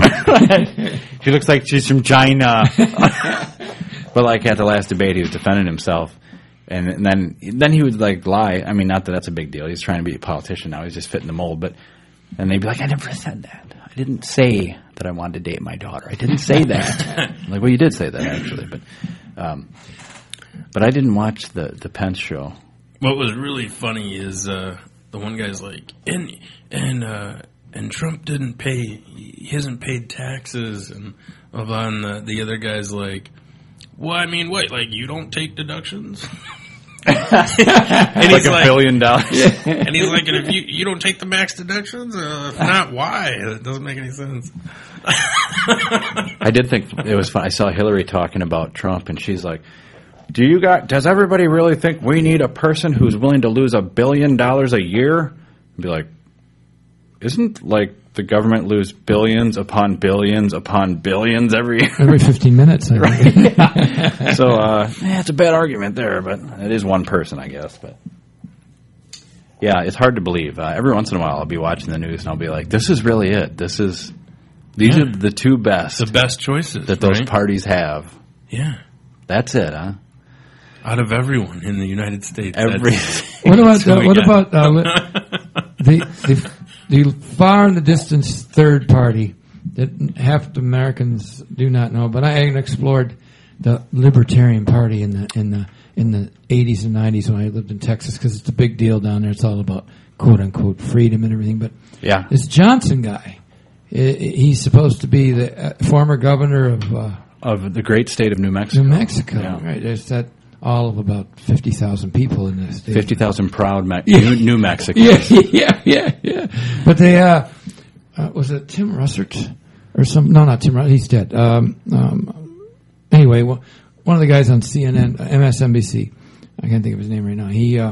she looks like she's from China. but like at the last debate, he was defending himself, and, and then then he would like lie. I mean, not that that's a big deal. He's trying to be a politician now. He's just fitting the mold. But and they'd be like, "I never said that. I didn't say that I wanted to date my daughter. I didn't say that." I'm like, well, you did say that actually, but um, but I didn't watch the the Pence show.
What was really funny is uh, the one guy's like, and and uh, and Trump didn't pay, he hasn't paid taxes, and on the, the other guy's like, well, I mean, what, like you don't take deductions? and he's like,
billion dollars.
and he's like, and if you you don't take the max deductions, uh, if not, why? It doesn't make any sense.
I did think it was fun. I saw Hillary talking about Trump, and she's like, "Do you got? Does everybody really think we need a person who's willing to lose a billion dollars a year?" And be like, "Isn't like the government lose billions upon billions upon billions every year?"
Every fifteen minutes, I think.
so uh, yeah, it's a bad argument there, but it is one person, I guess. But yeah, it's hard to believe. Uh, every once in a while, I'll be watching the news and I'll be like, "This is really it. This is these
Yeah.
are the two best, the
best choices
that those
right?
parties have."
Yeah.
that's it, huh?
Out of everyone in the United States,
Every-
that's-
What about
that's who
uh,
we
what
got.
about uh, li- the, the the far in the distance third party that half the Americans do not know? But I had explored the Libertarian Party in the in the in the eighties and nineties when I lived in Texas because it's a big deal down there. It's all about quote unquote freedom and everything. But
Yeah.
this Johnson guy, i- i- he's supposed to be the uh, former governor of. Uh,
Of the great state of New Mexico,
New Mexico,
Yeah.
right? There's that all of about fifty thousand people in this state.
fifty thousand proud Me-
Yeah.
New, New Mexico.
Yeah, yeah, yeah, yeah. But they, uh, uh, was it Tim Russert or some? No, not Tim Russert. He's dead. Um, um, anyway, wha- one of the guys on CNN, uh, MSNBC, I can't think of his name right now. He uh,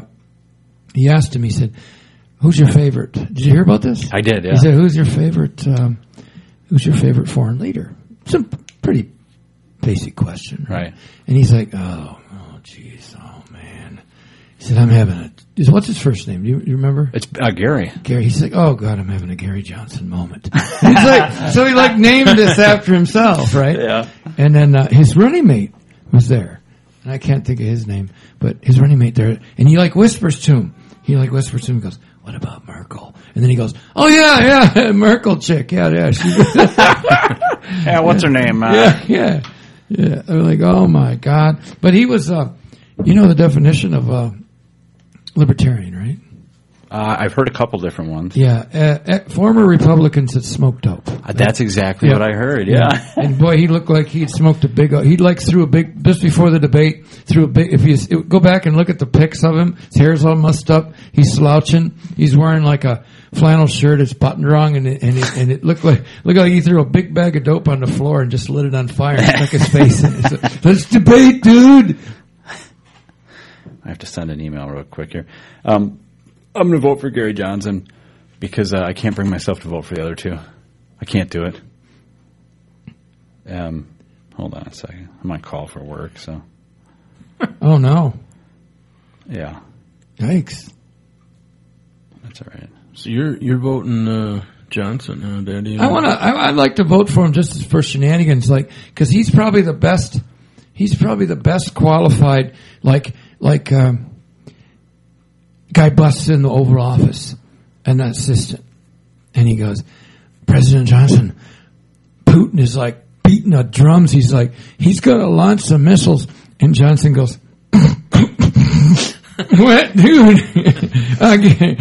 he asked him. He said, "Who's your favorite?" Did you hear about this?
I did, yeah.
He said, "Who's your favorite? Um, who's your favorite foreign leader?" It's a pretty basic question,
right?
And he's like, "Oh, oh, jeez, oh man." He said, "I'm having a." Is what's his first name? Do you, you remember?
It's uh, Gary.
Gary. He's like, oh god, I'm having a Gary Johnson moment. he's like, so he like named this after himself, right?
Yeah.
And then uh, his running mate was there, and I can't think of his name, but his running mate there, and he like whispers to him. He like whispers to him, goes, "What about Merkel?" And then he goes, "Oh yeah, yeah, Merkel chick, yeah, yeah." She
Yeah, what's her name? Uh,
yeah, yeah, yeah. They're like, oh my god. But he was, uh, you know, the definition of uh, libertarian, right?
Uh, I've heard a couple different ones.
Yeah, uh, uh, former Republicans that smoked dope.
Uh, that's exactly
Yeah.
what I heard. Yeah,
and boy, he looked like he'd smoked a big. He would like threw a big just before the debate. Threw a big. If you s- go back and look at the pics of him, his hair's all mussed up. He's slouching. He's wearing like a flannel shirt. It's buttoned wrong, and it, and it, and it looked like looked like he threw a big bag of dope on the floor and just lit it on fire and stuck his face in it. So, Let's debate, dude.
I have to send an email real quick here. Um, I'm going to vote for Gary Johnson because uh, I can't bring myself to vote for the other two. I can't do it. Um, hold on a second. I'm on call for work, so
Oh no!
yeah,
Yikes!
that's all right.
So you're you're voting uh, Johnson now, Daddy.
Um,
I want to. I, I'd like to vote for him just for shenanigans, like because he's probably the best. He's probably the best qualified. Like like um, guy busts in the Oval Office, an assistant, and he goes, President Johnson, Putin is like beating the drums. He's like he's gonna launch some missiles, and Johnson goes. What, dude? I get,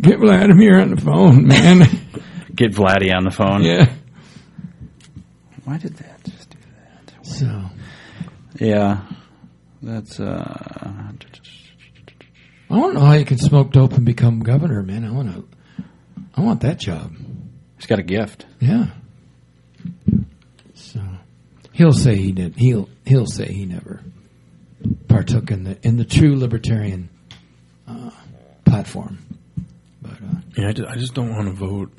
get Vladimir on the phone, man.
Get Vladdy on the phone.
Yeah.
Why did that just do that?
So
Yeah, that's uh,
I want to know how you can smoke dope and become governor, man. I want to. I want that job.
he's got a gift.
Yeah. So he'll say he did. He'll he'll say he never partook in the in the true libertarian uh, platform. But uh,
Yeah, I just, I just don't want to vote.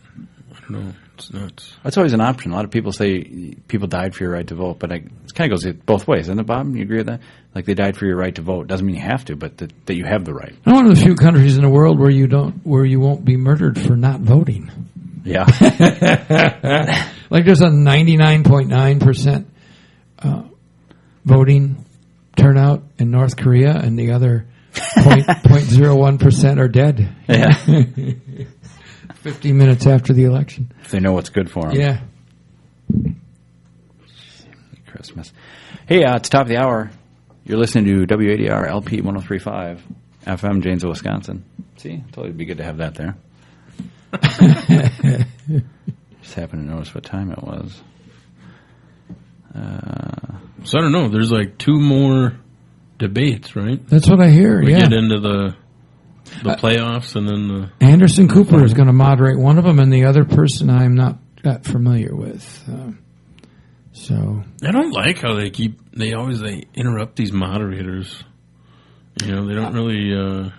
I don't know. It's nuts.
That's always an option. A lot of people say people died for your right to vote, but I, it kind of goes both ways, isn't it, Bob? You agree with that? Like they died for your right to vote doesn't mean you have to, but that, that you have the right.
I'm one of the few countries in the world where you don't where you won't be murdered for not voting.
Yeah,
Like there's a 99.9 percent uh, voting turnout in North Korea, and the other point point zero one percent are dead.
Yeah.
Fifteen minutes after the election.
if they know what's good for them.
Yeah.
Christmas. Hey, uh, it's top of the hour. You're listening to WADR LP 1035 FM, Janesville, Wisconsin. See, I told you it'd be good to have that there. Just happened to notice what time it was. Uh,
So I don't know. There's like two more debates, right?
That's what I hear.
We
yeah. Uh,
get into the the playoffs and then the
Anderson Cooper is going to moderate one of them, and the other person I'm not that familiar with. Um, so
I don't like how they keep. They always they interrupt these moderators. You know, they don't really. Uh,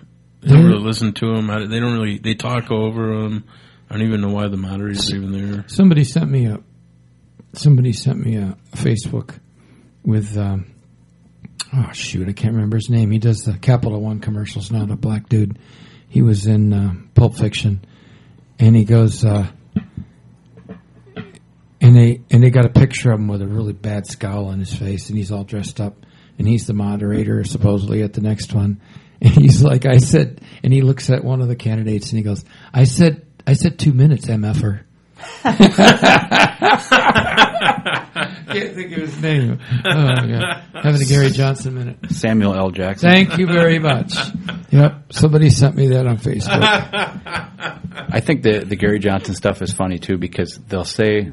they don't
They're-
really listen to them. They don't really. They talk over them. I don't even know why the moderators are even there.
somebody sent me a somebody sent me a Facebook with um, oh shoot I can't remember his name. He does the Capital One commercials now. The black dude. He was in uh, Pulp Fiction, and he goes, uh, and they and they got a picture of him with a really bad scowl on his face, and he's all dressed up, and he's the moderator supposedly at the next one, and he's like, I said, and he looks at one of the candidates and he goes, I said, I said two minutes, mf'er. Can't think of his name. Oh, yeah. Having a Gary Johnson minute.
Samuel L. Jackson.
Thank you very much. Yep, somebody sent me that on Facebook.
I think the the Gary Johnson stuff is funny too because they'll say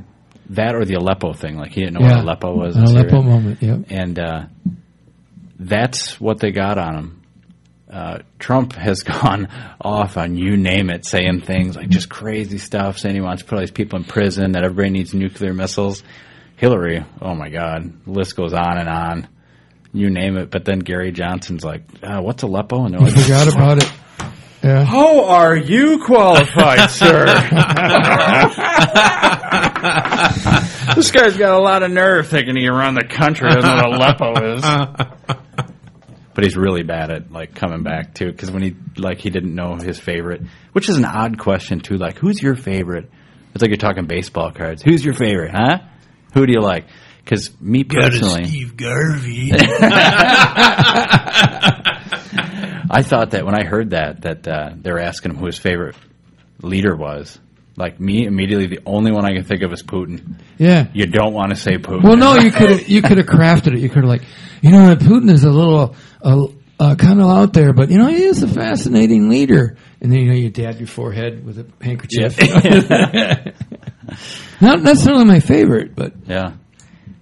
that or the Aleppo thing. Like he didn't know
Yeah.
what Aleppo was.
An
in
Aleppo
Syria.
moment, yep.
And uh, that's what they got on him. Uh, Trump has gone off on you name it, saying things like just crazy stuff, saying he wants to put all these people in prison, that everybody needs nuclear missiles. Hillary, oh my God, the list goes on and on. You name it, but then Gary Johnson's like, uh, "What's Aleppo?" And they're
I
like,
forgot about it. Yeah.
How are you qualified, sir? this guy's got a lot of nerve thinking he can run the country doesn't know what Aleppo is. But he's really bad at like coming back too, because when he like he didn't know his favorite, which is an odd question too. Like, who's your favorite? It's like you're talking baseball cards. Who's your favorite? Huh? Who do you like? Because me personally,
Garvey.
I thought that when I heard that that uh, they were asking him who his favorite leader was. Like me, immediately the only one I can think of is Putin.
Yeah.
you don't want to say Putin.
Well, no, you could you could have crafted it. You could have like, you know, Putin is a little uh, uh, kind of out there, but you know, he is a fascinating leader. And then you know, you dab your forehead with a handkerchief. Not necessarily my favorite, but
Yeah,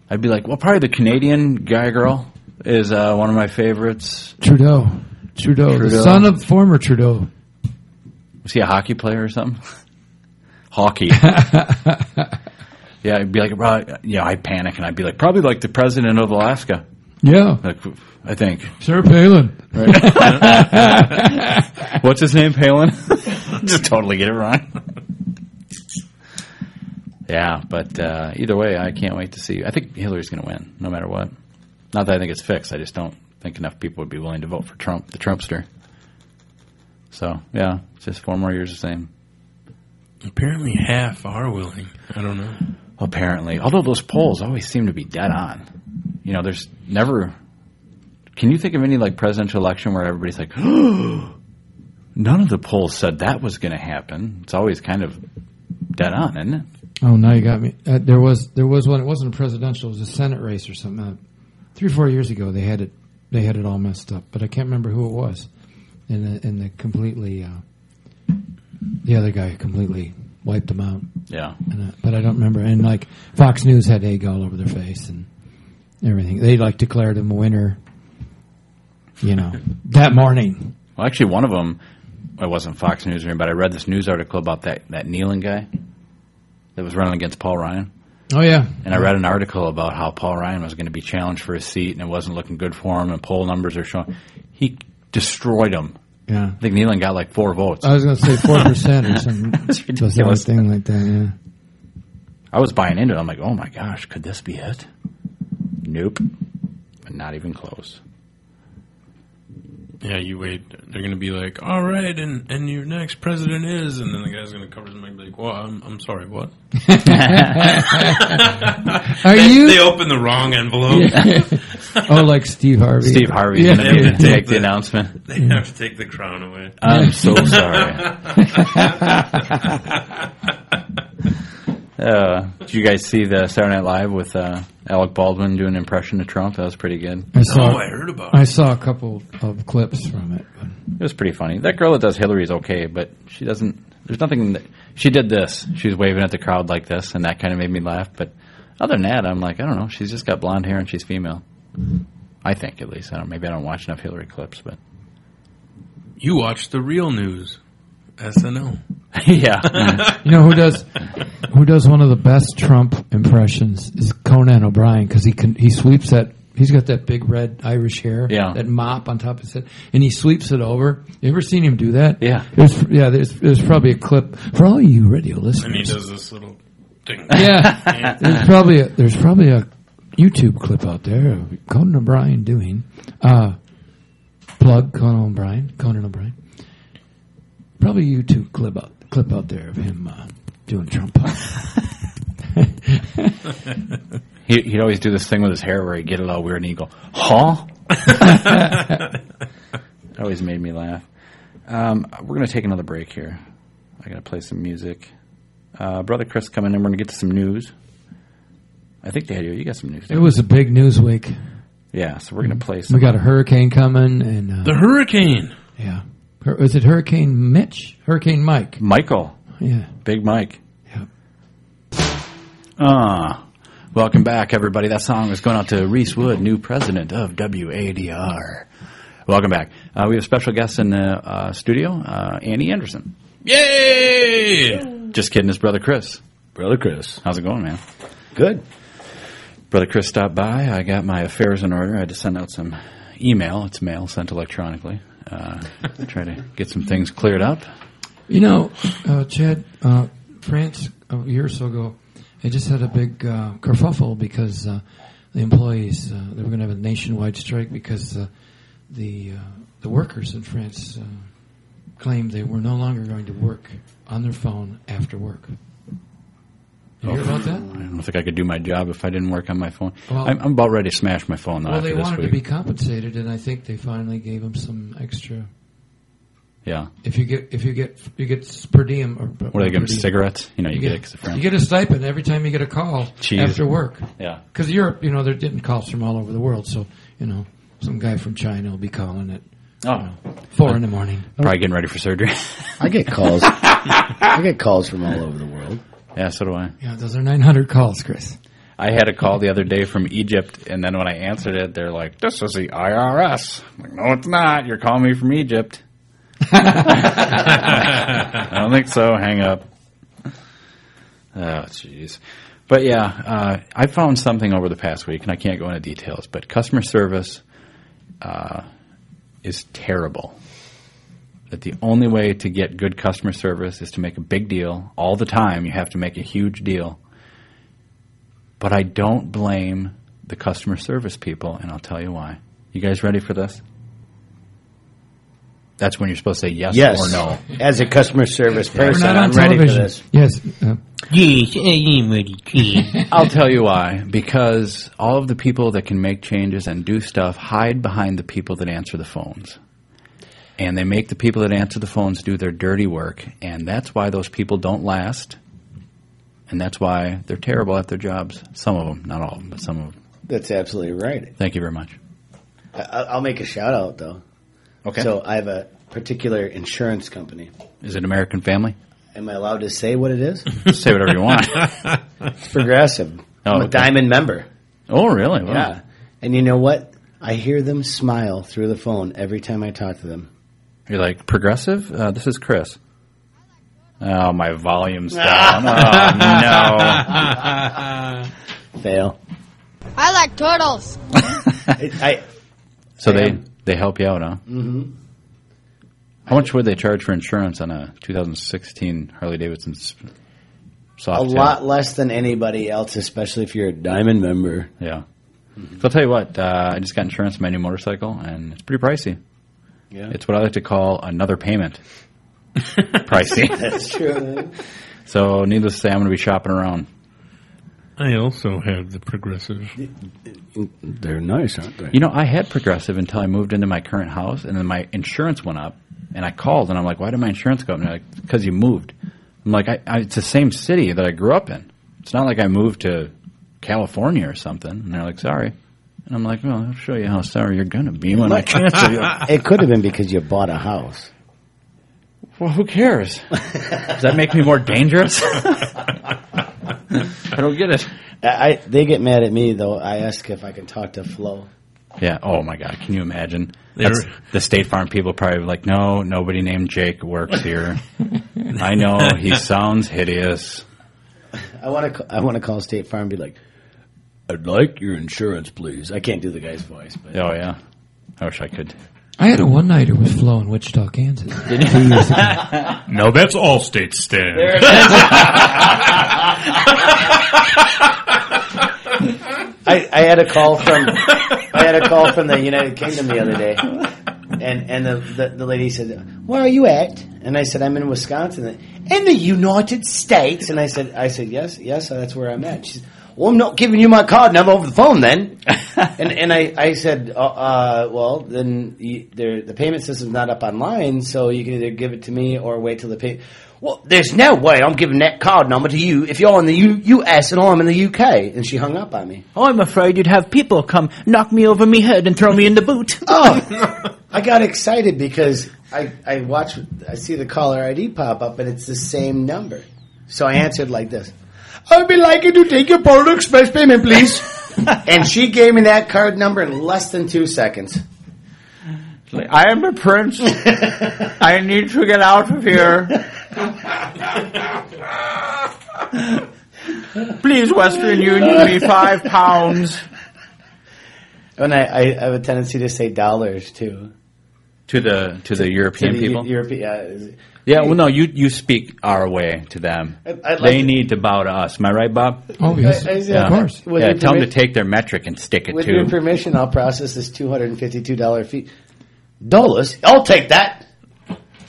I'd be like, well, probably the Canadian guy girl is uh, one of my favorites.
Trudeau, Trudeau,
Trudeau.
the son of former Trudeau.
Was he a hockey player or something? Hockey. yeah, I'd be like, well, yeah, I panic and I'd be like, probably like the president of Alaska.
Yeah,
Like, I think.
Sarah Palin.
What's his name, Palin? Just totally get it wrong. yeah, but uh, either way, I can't wait to see. I think Hillary's going to win, no matter what. Not that I think it's fixed. I just don't think enough people would be willing to vote for Trump, the Trumpster. So yeah, just four more years the same.
Apparently, half are willing. I don't know.
Apparently, although those polls always seem to be dead on. You know, there's never. Can you think of any like presidential election where everybody's like, none of the polls said that was going to happen? It's always kind of dead on, isn't it?
Oh, now you got me. Uh, there was there was one. It wasn't a presidential. It was a Senate race or something. Uh, three or four years ago, they had it they had it all messed up, but I can't remember who it was. And the, and the completely uh, the other guy completely wiped them out.
Yeah.
And, uh, but I don't remember. And like Fox News had egg all over their face and everything. They like declared him a winner. You know that morning.
Well, actually, one of them, I wasn't Fox News or anything, but I read this news article about that that kneeling guy that was running against Paul Ryan.
Oh yeah.
And I read an article about how Paul Ryan was going to be challenged for his seat, and it wasn't looking good for him. And poll numbers are showing he destroyed him.
Yeah.
I think Nealon got like four votes.
I was going to say four percent or something.
It's
bizarre
ridiculous.
thing like that. Yeah.
I was buying into it. I'm like, oh my gosh, could this be it? Nope, but not even close.
Yeah, you wait. They're gonna be like, "All right, and and your next president is," and then the guy's gonna cover his mic and be like, "Well, I'm I'm sorry, what?"
Are
they,
you-
They open the wrong envelope.
oh, like Steve Harvey.
Steve Harvey's
Yeah.
going to take the announcement.
They have to take the crown away.
I'm so sorry. uh, did you guys see the Saturday Night Live with uh, Alec Baldwin doing an impression of Trump? That was pretty good.
I saw,
Oh, I heard about
I saw a couple of clips from it.
It was pretty funny. That girl that does Hillary's okay, but she doesn't. There's nothing. That, she did this. She was waving at the crowd like this, and that kind of made me laugh. But other than that, I'm like, I don't know. She's just got blonde hair and she's female. I think at least. I don't. Maybe I don't watch enough Hillary clips, but
You watch the real news, SNL.
yeah.
You know who does who does one of the best Trump impressions is Conan O'Brien because he can he sweeps that he's got that big red Irish hair
Yeah.
that mop on top of his head and he sweeps it over. You ever seen him do that?
Yeah.
there's, yeah. There's there's probably a clip for all you radio
And he
listeners.
does this little thing.
Yeah, there's probably a, there's probably a YouTube clip out there of Conan O'Brien doing uh, plug Conan O'Brien. Conan O'Brien. probably a YouTube clip out clip out there of him uh, doing Trump.
He, he'd always do this thing with his hair where he'd get it all weird and he'd go, huh? it always made me laugh. Um, we're going to take another break here. I got to play some music. Uh, Brother Chris coming in. We're going to get to some news. I think they had you. You got some news.
it was a big news week.
Yeah, so we're going to play some.
We got a hurricane coming, and uh,
The hurricane.
Yeah, Hur- is it Hurricane Mitch? Hurricane Mike?
Michael.
Yeah.
Big Mike. Yeah. Ah. welcome back, everybody. That song is going out to Reese Wood, new president of WADR. Welcome back. Uh, we have a special guest in the uh, studio, uh, Annie Anderson.
Yay!
Just kidding, it's Brother Chris. Brother Chris. How's it going, man? Good. Brother Chris stopped by. I got my affairs in order. I had to send out some email. It's mail sent electronically. Uh, try to get some things cleared up.
You know, uh, Chad, uh, France a year or so ago, they just had a big uh, kerfuffle because uh, the employees uh, they were going to have a nationwide strike because uh, the uh, the workers in France uh, claimed they were no longer going to work on their phone after work. You hear about that?
I don't think I could do my job if I didn't work on my phone.
Well-
I'm, I'm about ready to smash my phone though.
well,
after
they
this
wanted
week.
to be compensated, and I think they finally gave them some extra.
Yeah.
If you get if you get you get per diem. Or,
What do they give 'em,
per diem.
cigarettes? You know, you get it 'cause of
you
France.
get a stipend every time you get a call
Cheese.
after work.
Yeah.
Because Europe, you know, they're getting calls from all over the world. So you know, some guy from China will be calling at
oh.
four in the morning.
Probably getting ready for surgery.
I get calls. I get calls from all over the world.
Yeah, so do I.
Yeah, those are nine hundred calls, Chris.
I had a call the other day from Egypt, and then when I answered it, they're like, "This is the IRS." I'm like, no, it's not. You're calling me from Egypt. I don't think so. Hang up. Oh, jeez. But yeah, uh, I found something over the past week, and I can't go into details. But customer service uh, is terrible. That the only way to get good customer service is to make a big deal all the time. You have to make a huge deal. But I don't blame the customer service people, and I'll tell you why. You guys ready for this? That's when you're supposed to say yes, or no.
As a customer service person,
not on
I'm ready for
television.
this.
Yes. uh,
Yes, I am ready. I'll tell you why. Because all of the people that can make changes and do stuff hide behind the people that answer the phones. And they make the people that answer the phones do their dirty work. And that's why those people don't last. And that's why they're terrible at their jobs. Some of them, not all of them, but some of them.
That's absolutely right.
Thank you very much.
I- I'll I'll make a shout out though.
Okay.
So I have a particular insurance company.
Is it American Family?
Am I allowed to say what it is?
Say whatever you want.
it's progressive.
Oh,
I'm a
okay.
diamond member.
Oh, really? Wow.
Yeah. And you know what? I hear them smile through the phone every time I talk to them.
You're like, progressive? Uh, this is Chris. Oh, my volume's down. oh,
no. Fail.
I like turtles.
I,
so they, they help you out, huh?
Mm-hmm.
How much would they charge for insurance on a 2016 Harley Davidson s-
A
soft? tail?
lot less than anybody else, especially if you're a diamond member. Mm-hmm.
Yeah. So I'll tell you what. Uh, I just got insurance on my new motorcycle, and it's pretty pricey.
Yeah.
It's what I like to call another payment. pricey.
That's true.
so, needless to say, I'm going to be shopping around.
I also have the progressive.
They're nice, aren't they?
You know, I had Progressive until I moved into my current house, and then my insurance went up. And I called, and I'm like, "Why did my insurance go up?" And they're like, "Because you moved." I'm like, I, I, "It's the same city that I grew up in. It's not like I moved to California or something." And they're like, "Sorry." And I'm like, "Well, I'll show you how sorry you're gonna be when I cancel you."
it could have been because you bought a house.
Well, who cares? Does that make me more dangerous? I don't get it.
I, I- they get mad at me though. I ask if I can talk to Flo.
yeah. Oh my God. Can you imagine?
They
That's-
were-
the State Farm people probably were like, "No, nobody named Jake works here." I know he sounds hideous.
I want to. I want to call State Farm and be like, "I'd like your insurance, please." I can't do the guy's voice, but
Oh yeah. I wish I could.
I had a one nighter with Flo in Wichita, Kansas.
Did you?
Two years ago.
Now that's all state stand.
There
I, I had a call from I had a call from the United Kingdom the other day,
and and the, the, the lady said, "Where are you at?" And I said, "I'm in Wisconsin, in the United States." And I said, "I said yes, yes, that's where I'm at." She said, "Well, I'm not giving you my card number over the phone then." and and I I said, uh, uh, "Well, then you, there- the payment system's not up online, so you can either give it to me or wait till the pay." Well, there's no way I'm giving that card number to you if you're in the U- U.S. and I'm in the U.K. And she hung up on me.
I'm afraid you'd have people come knock me over me head and throw me in the boot.
Oh, I got excited because I, I watch, I see the caller ID pop up and it's the same number. So I answered like this. I would be liking to take your Portal Express payment, please. and she gave me that card number in less than two seconds.
I am a prince. I need to get out of here. Please, Western Union, me five pounds.
And I, I have a tendency to say dollars too.
to the to the European
to the
people.
European, yeah.
yeah, well, no, you you speak our way to them.
I'd- I'd like
they
to-
need to bow to us. Am I right, Bob?
Oh, yes. I- I- yeah, of course. With
Yeah,
your
tell them to
permission-
take their metric and stick it
With
to.
your permission, I'll process this two hundred and fifty-two dollar fee. Dollars? I'll take that.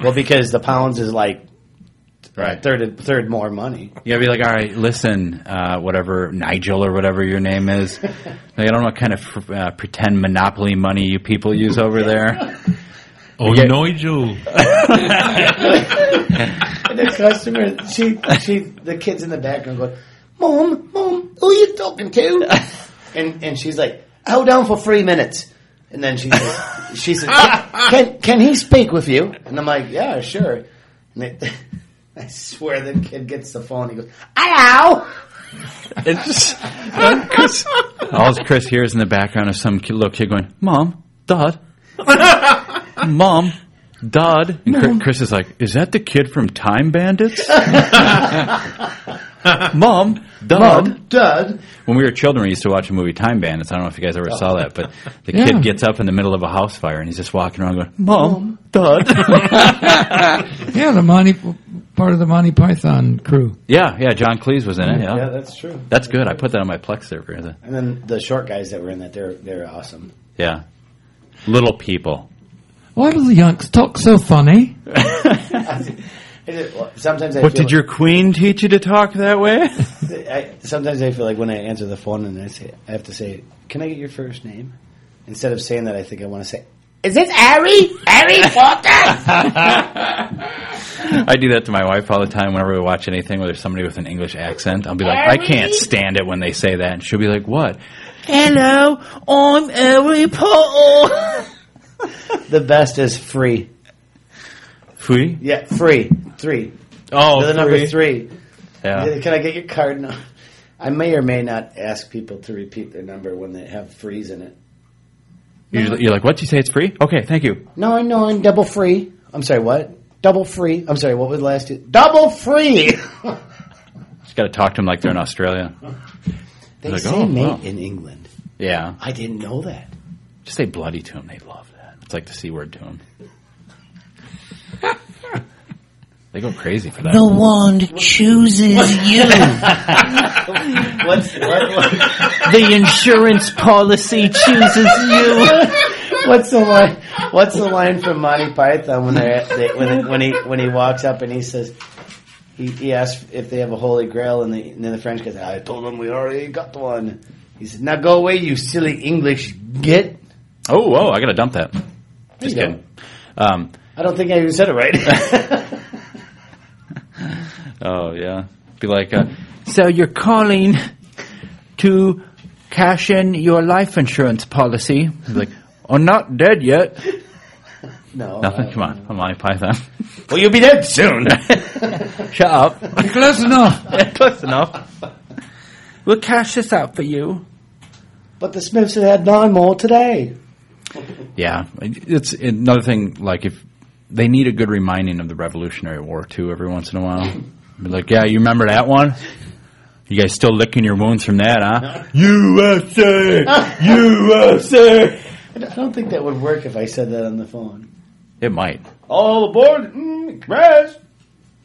Well, because the pounds is like right. third third more money.
You gotta be like, all right, listen, uh, whatever Nigel or whatever your name is. like, I don't know what kind of fr- uh, pretend monopoly money you people use over there.
Oh,
You get-
Nigel.
And the customer, she, she, the kids in the background going, "Mom, mom, who you talking to?" And and she's like, "Hold on for three minutes." And then she says, she says, can, can can he speak with you?" And I'm like, "Yeah, sure." And it, I swear, the kid gets the phone. He goes, "Hello."
All Chris hears in the background is some kid, little kid going, "Mom, Dad, Mom, Dad," and Chris, Chris is like, "Is that the kid from Time Bandits?" Mom, Dad,
Mom, Dad.
When we were children, we used to watch a movie Time Bandits. I don't know if you guys ever saw that, but the
Yeah.
kid gets up in the middle of a house fire and he's just walking around going, Mom,
Dud. yeah, the Monty part of the Monty Python crew.
"Yeah, yeah." John Cleese was in it. Yeah,
Yeah, that's true.
That's good. I put that on my Plex server.
And then the short guys that were in that, they're they're awesome.
Yeah, little people.
Why do the yunks talk so funny?
Sometimes I
What
feel
did your queen teach you to talk that way?
I, sometimes I feel like when I answer the phone and I say, I have to say, "Can I get your first name?" Instead of saying that, I think I want to say, "Is this Harry? Harry Potter?"
I do that to my wife all the time whenever we watch anything where there's somebody with an English accent. I'll be like, I can't stand it when they say that. And she'll be like, what?
Hello, I'm Harry Potter.
the best is free.
Free?
Yeah, free. Three.
Oh,
the number three.
Yeah.
Can I get your card? No. I may or may not ask people to repeat their number when they have freeze in it.
Usually, you're like, what? You say it's free? Okay, thank you.
Nine nine double free. I'm sorry, what? Double free. I'm sorry, what was the last? two? Double free.
Just got to talk to them like they're in Australia.
They
Like,
say
oh,
mate
wow.
in England.
Yeah.
I didn't know that.
Just say bloody to them. They love that. It's like the C word to them. they go crazy for that.
The wand chooses you.
What's what,
The insurance policy chooses you.
What's the line? What's the line from Monty Python when they're at, they, when, when he when he walks up and he says he, he asks if they have a holy grail and, the, and then the French goes I told him we already got one. He says now go away you silly English git.
Oh, whoa, I got to dump that. Just
you go.
kidding. Um,
I don't think I even said it right.
oh, yeah. Be like, uh,
So you're calling to cash in your life insurance policy? "Oh,
like, I'm not dead yet.
no.
Nothing? Come on. I'm Monty Python.
Well, you'll be dead soon.
Shut up.
Close enough.
Close enough.
We'll cash this out for you.
But the Smiths had had nine more today.
Yeah, it's another thing. Like if they need a good reminding of the Revolutionary War too, every once in a while. Be like, yeah, you remember that one? You guys still licking your wounds from that, huh? USA, USA.
I don't think that would work if I said that on the phone.
It might.
All aboard! Mm, crash!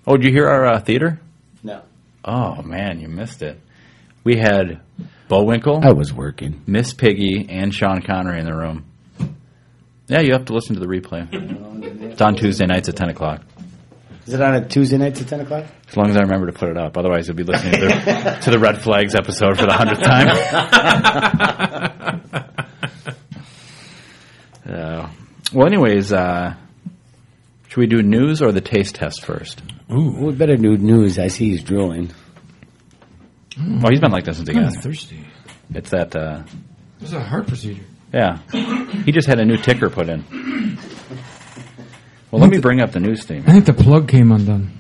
Oh, did you hear our uh, theater?
No.
Oh man, you missed it. We had Bullwinkle.
I was working.
Miss Piggy and Sean Connery in the room. Yeah, you have to listen to the replay. It's on Tuesday nights at 10 o'clock.
Is it on a Tuesday nights at ten o'clock?
As long as I remember to put it up. Otherwise, you'll be listening to the, to the Red Flags episode for the hundredth time. Uh, well, anyways, uh, should we do news or the taste test first?
Ooh, we better do news. I see he's drooling.
Well, he's been like this since he
I'm
got here.
thirsty.
It's that, uh,
This is a heart procedure.
yeah. He just had a new ticker put in. Well, let me bring up the news theme.
I think the plug came undone.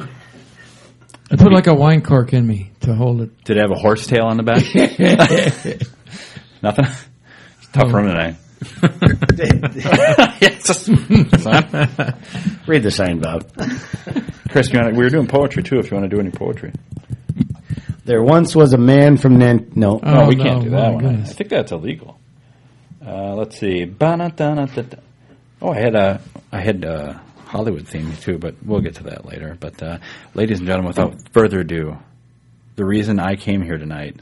I put like a wine cork in me to hold it.
Did it have a horse tail on the back? Nothing. It's a
Oh.
tough room tonight.
Read the sign, Bob.
Chris, you want we were doing poetry too. If you want to do any poetry,
There once was a man from Nan.
Oh,
No,
no, we can't do that one. I- I think that's illegal. Uh, let's see. Ba-na-da-na-da-da. Oh, I had a I had a Hollywood theme too, but we'll get to that later. But uh, ladies and gentlemen, without further ado, the reason I came here tonight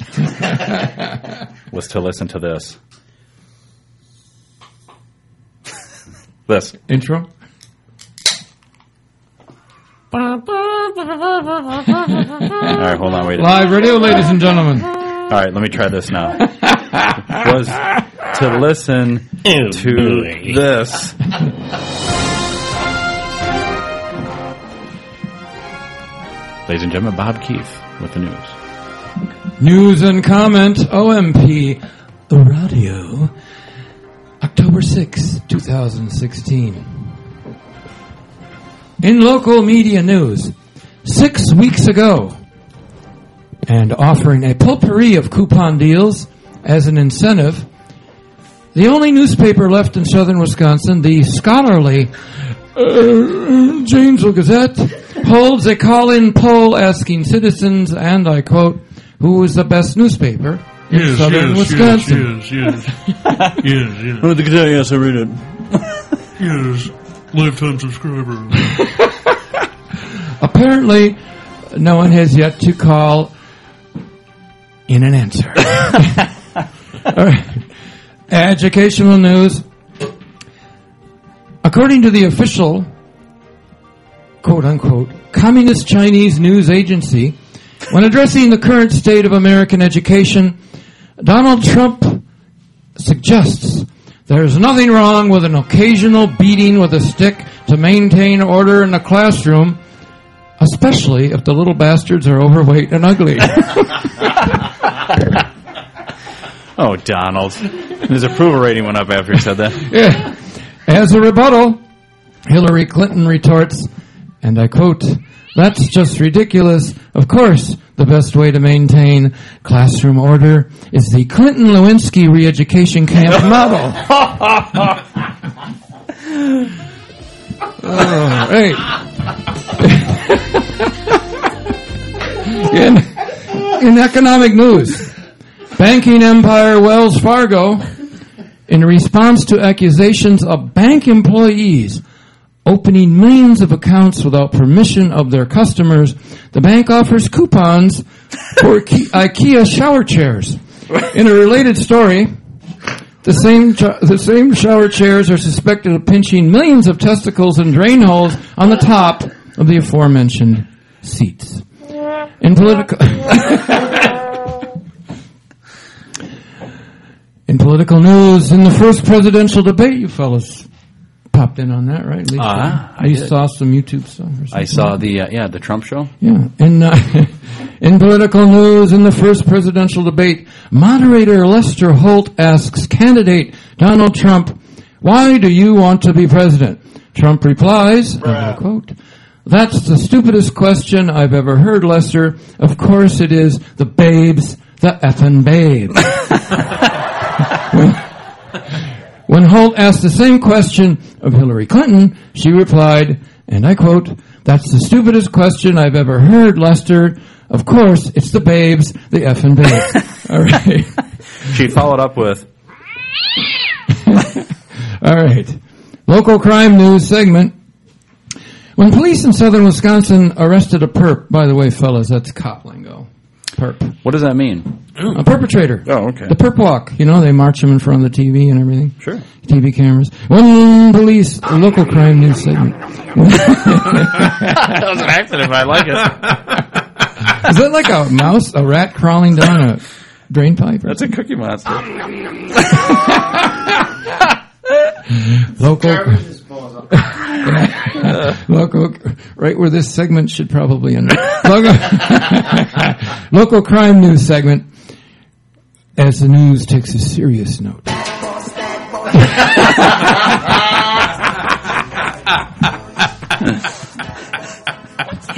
was to listen to this. This
intro.
All right, hold on, wait. a-
Live radio, ladies and gentlemen.
All right, let me try this now. was to listen to
boy.
this. Ladies and gentlemen, Bob Keefe with the news.
News and comment, OMP Radio, October sixth, two 2016. In local media news, six weeks ago, and offering a potpourri of coupon deals as an incentive, the only newspaper left in southern Wisconsin, the scholarly uh, Janesville Gazette, holds a call in poll asking citizens, and I quote, who is the best newspaper in
Yes,
southern
yes, yes,
Wisconsin?
yes, yes. Yes, yes.
Well, the Gazette, yes,
I read it. yes, lifetime subscriber.
Apparently, no one has yet to call in an answer. All right. Educational news. According to the official, quote unquote, Communist Chinese news agency, when addressing the current state of American education, Donald Trump suggests there is nothing wrong with an occasional beating with a stick to maintain order in the classroom, especially if the little bastards are overweight and ugly.
Oh, Donald. His approval rating went up after he said that.
Yeah. As a rebuttal, Hillary Clinton retorts, and I quote, That's just ridiculous. Of course, the best way to maintain classroom order is the Clinton Lewinsky re education camp model. Oh, hey. in, in economic news, banking empire Wells Fargo, in response to accusations of bank employees opening millions of accounts without permission of their customers, the bank offers coupons for Ki- IKEA shower chairs. In a related story, the same ch- the same shower chairs are suspected of pinching millions of testicles and drain holes on the top of the aforementioned seats. In political in political news, in the first presidential debate, you fellas popped in on that, right? At least,
Ah,
uh,
I
you
did.
saw some YouTube stuff. Or something.
I saw the uh, yeah the Trump show.
Yeah. In, uh, in political news, in the first presidential debate, moderator Lester Holt asks candidate Donald Trump, why do you want to be president? Trump replies, and I quote, that's the stupidest question I've ever heard, Lester. Of course it is the babes, the effing babes. When Holt asked the same question of Hillary Clinton, she replied, and I quote, That's the stupidest question I've ever heard, Lester. Of course, it's the babes, the effing babes. All right.
She followed up with
All right. Local crime news segment. When police in southern Wisconsin arrested a perp, by the way, fellas, that's cop lingo. Perp.
What does that mean?
A perpetrator.
Oh, okay.
The perp walk. You know, they march them in front of the TV and everything.
Sure.
TV cameras. One police, a local crime news segment.
that was an accident, but I like it.
Is that like a mouse, a rat crawling down a drain pipe?
That's a cookie monster.
local. Yeah. local, right where this segment should probably end. Local, local crime news segment. As the news takes a serious note.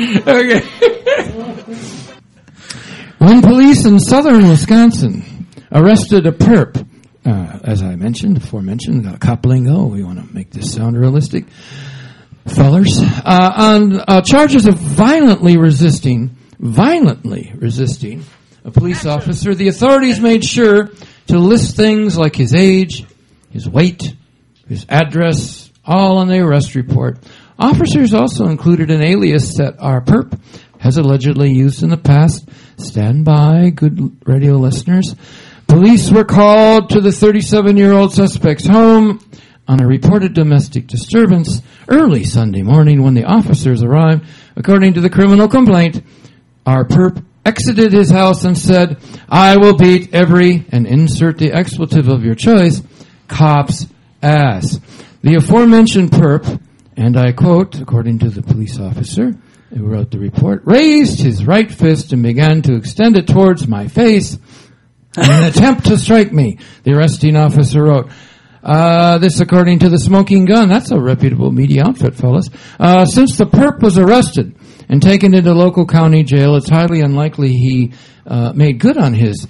okay. When police in southern Wisconsin arrested a perp, uh, as I mentioned, aforementioned, uh, Coplingo, we want to make this sound realistic, fellers, uh, on uh, charges of violently resisting, violently resisting a police officer, the authorities made sure to list things like his age, his weight, his address, all on the arrest report. Officers also included an alias that our perp has allegedly used in the past. Stand by, good radio listeners. Police were called to the 37 year old suspect's home on a reported domestic disturbance early Sunday morning when the officers arrived. According to the criminal complaint, our perp exited his house and said, I will beat every, and insert the expletive of your choice, cop's ass. The aforementioned perp, and I quote, according to the police officer who wrote the report, raised his right fist and began to extend it towards my face in an attempt to strike me, the arresting officer wrote. Uh, this according to the smoking gun. That's a reputable media outfit, fellas. Uh, since the perp was arrested and taken into local county jail, it's highly unlikely he uh, made good on his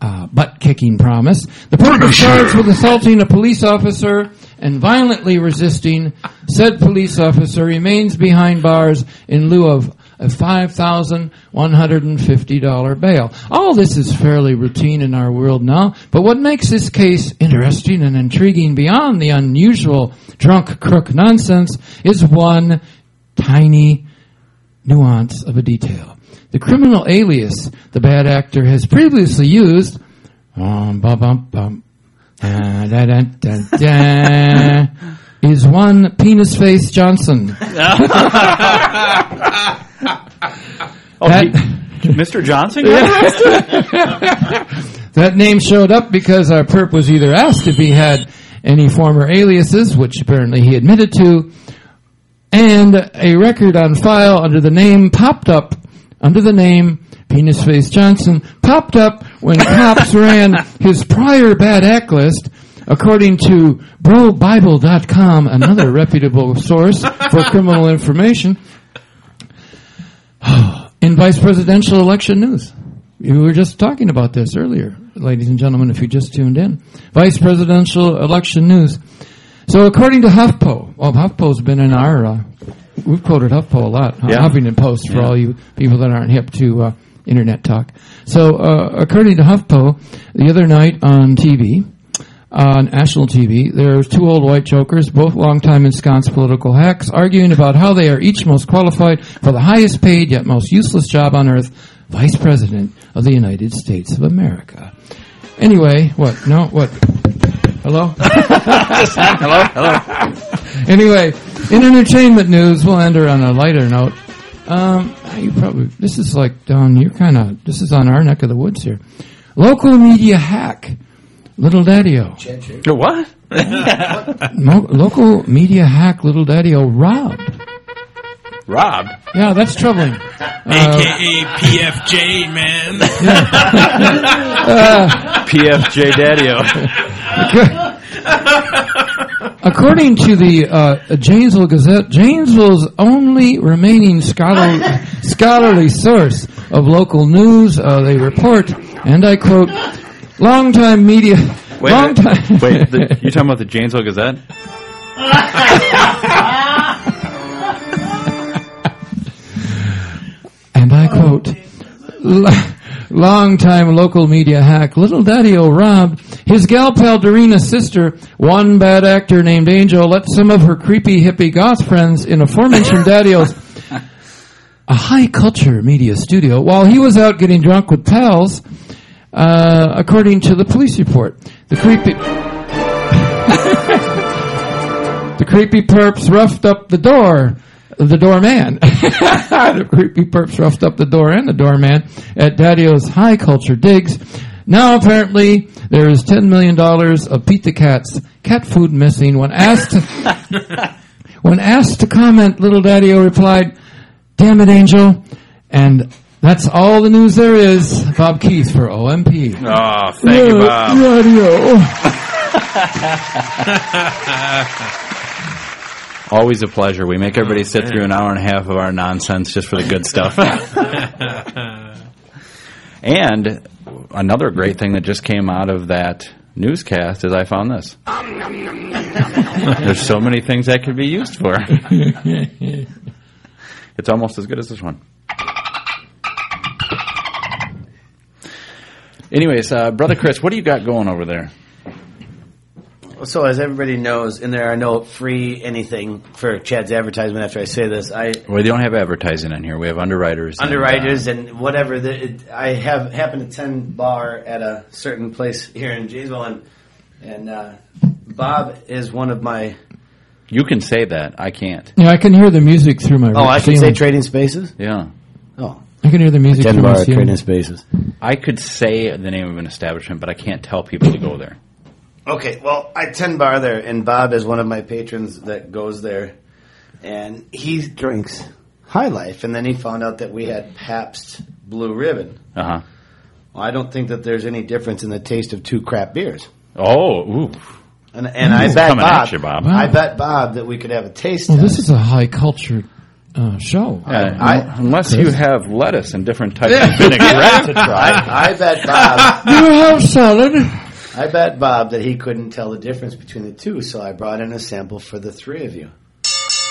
uh, butt kicking promise. The perp was charged with assaulting a police officer and violently resisting. Said police officer remains behind bars in lieu of a $5,150 bail. All this is fairly routine in our world now, but what makes this case interesting and intriguing beyond the unusual drunk crook nonsense is one tiny nuance of a detail. The criminal alias the bad actor has previously used, um, bum, bum, bum, da, da, da, da, da, is one penis face Johnson.
Oh,
That-
he- Mr. Johnson?
That name showed up because our perp was either asked if he had any former aliases, which apparently he admitted to, and a record on file under the name popped up under the name Penis Face Johnson popped up when cops ran his prior bad act list. According to BroBible.com, another reputable source for criminal information, in vice presidential election news. We were just talking about this earlier, ladies and gentlemen, if you just tuned in. Vice presidential election news. So according to HuffPo, well, HuffPo's been in our, uh, we've quoted HuffPo a lot, huh?
Yeah.
Huffington Post for
Yeah.
all you people that aren't hip to uh, internet talk. So uh, according to HuffPo, the other night on TV, on national TV, there's two old white jokers, both longtime ensconced political hacks, arguing about how they are each most qualified for the highest paid yet most useless job on earth, Vice President of the United States of America. Anyway, what? No, what? Hello?
hello, hello.
anyway, in entertainment news, we'll end her on a lighter note. Um, you probably this is like down. You're kind of this is on our neck of the woods here. Local media hack, Little Daddy-O.
What?
Mo- local media hack, Little Daddy-O robbed.
Rob.
Yeah, that's troubling. Uh,
AKA PFJ, man.
PFJ Daddio.
According to the uh, Janesville Gazette, Janesville's only remaining scholar- scholarly source of local news, uh, they report, and I quote, longtime media.
Wait, a
longtime-
minute. wait the, you talking about the Janesville Gazette?
And I quote, long-time local media hack, Little Daddy O Rob, his gal pal Doreena's sister, one bad actor named Angel, let some of her creepy hippie goth friends in aforementioned Daddy O's a high culture media studio while he was out getting drunk with pals, uh, according to the police report. The creepy. the creepy perps roughed up the door, the doorman. the creepy perps roughed up the door and the doorman at Dadio's high culture digs. Now apparently there is ten million dollars of Pete the Cat's cat food missing. When asked, when asked to comment, Little Daddio replied, "Damn it, Angel," and that's all the news there is. Bob Keith for OMP.
Aw, Oh, thank you,
Little
Bob.
Daddio.
Always a pleasure. We make
Oh,
everybody sit
man.
through an hour and a half of our nonsense just for the good stuff. and another great thing that just came out of that newscast is I found this. There's so many things that could be used for. it's almost as good as this one. Anyways, uh, brother Chris, what do you got going over there?
So, as everybody knows, and there are no free anything for Chad's advertisement after I say this, I
We don't have advertising in here. We have underwriters. and, uh,
underwriters and whatever. The, it, I have happened to attend bar at a certain place here in Janesville, and and uh, Bob is one of my.
you can say that. I can't.
yeah, I can hear the music through my.
Oh, I should say
ceiling.
trading spaces.
Yeah.
Oh,
I can hear the music
Attend
through my
bar at
ceiling.
trading spaces.
I could say the name of an establishment, but I can't tell people to go there.
Okay, well, I ten bar there, and Bob is one of my patrons that goes there, and he drinks High Life, and then he found out that we had Pabst Blue Ribbon.
Uh huh.
Well, I don't think that there's any difference in the taste of two crap beers.
Oh, ooh.
And, and I
Ooh,
bet
coming
Bob,
at you, Bob.
I bet Bob that we could have a taste.
Well, this is a high culture uh, show.
Uh, unless you have lettuce and different types of vinaigrette to try.
I, I bet Bob.
you have salad.
I bet Bob that he couldn't tell the difference between the two, so I brought in a sample for the three of you.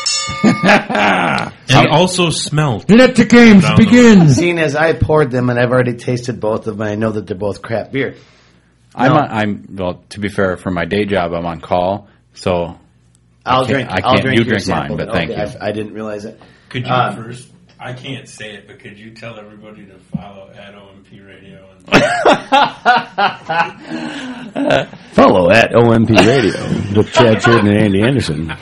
and also smelled.
Let the games
Down
begin.
Seeing as I poured them and I've already tasted both of them, I know that they're both crap beer.
I'm,
No.
on, I'm well. To be fair, for my day job, I'm on call, so I
I'll
can't-
drink.
I can't.
will drink
you
your
drink mine,
sample,
but
okay,
thank you.
I, I didn't realize it.
Could you
Uh,
first? Um, I can't say it, but could you tell everybody to follow at OMP Radio? And
Follow at OMP Radio with Chad Sheridan and Andy Anderson.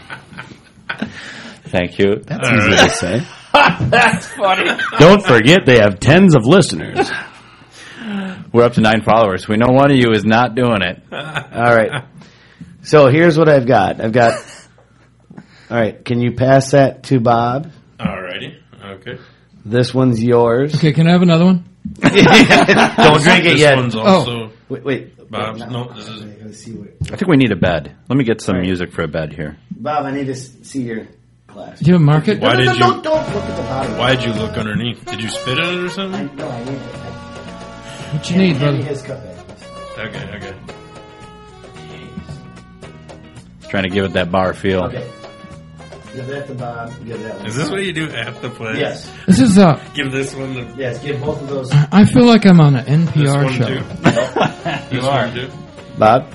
Thank you.
That's easy to say.
That's funny.
Don't forget they have tens of listeners.
We're up to nine followers. We know one of you is not doing it.
All right. So here's what I've got. I've got. All right. Can you pass that to Bob?
Alrighty. Okay.
This one's yours.
Okay, can I have another one?
Don't drink it
This
yet.
one's also
Wait, wait.
Bob's. Um, No, this is.
I think we need a bed. Let me get some music for a bed here.
Bob, I need to s- see your glass.
Do you have a market?
Why
no, no,
did
no,
you-
Don't, don't look at the bottom.
Why'd you look underneath? Did you spit at it or something?
No, I need it.
What you need,
Hand me
brother?
his cup back.
Okay. Okay.
Just trying to give it that bar feel.
Okay. Give that to Bob. Give that one.
Is this what you do at the place?
Yes.
This is uh,
Give this one the.
Yes. Give both of those.
I feel like I'm on an
This
NPR
one
show.
too. you are.
Bob,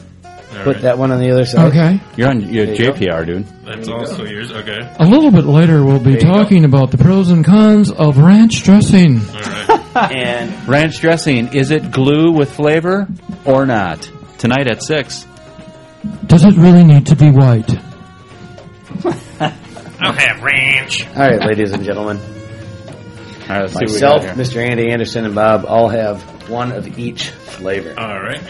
put
right.
that one on the other side.
Okay,
You're on your
you go.
JPR, dude.
That's
There you
also yours. Okay.
a little bit later we'll be
There you go.
talking about the pros and cons of ranch dressing.
All right.
And
Ranch dressing. Is it glue with flavor or not? Tonight at six.
Does it really need to be white?
I'll have ranch.
all right, ladies and gentlemen,
All right, let's see what
myself,
we got here.
Mr. Andy Anderson, and Bob all have one of each flavor.
All right.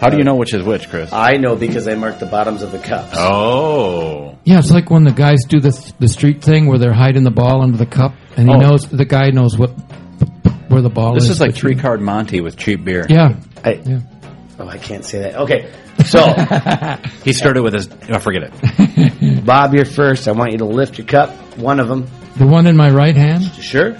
How do you know which is which, Chris?
I know because I marked the bottoms of the cups.
Oh.
Yeah, it's like when the guys do the the street thing where they're hiding the ball under the cup, and he
Oh.
knows the guy knows what where the ball
This
Oh, is.
is like
but-
three card Monty with cheap beer.
Yeah,
I,
yeah.
oh, I can't say that. Okay, so
He started with his. Oh, forget it.
Bob, you're first. I want you to lift your cup, one of them.
The one in my right hand.
Sure.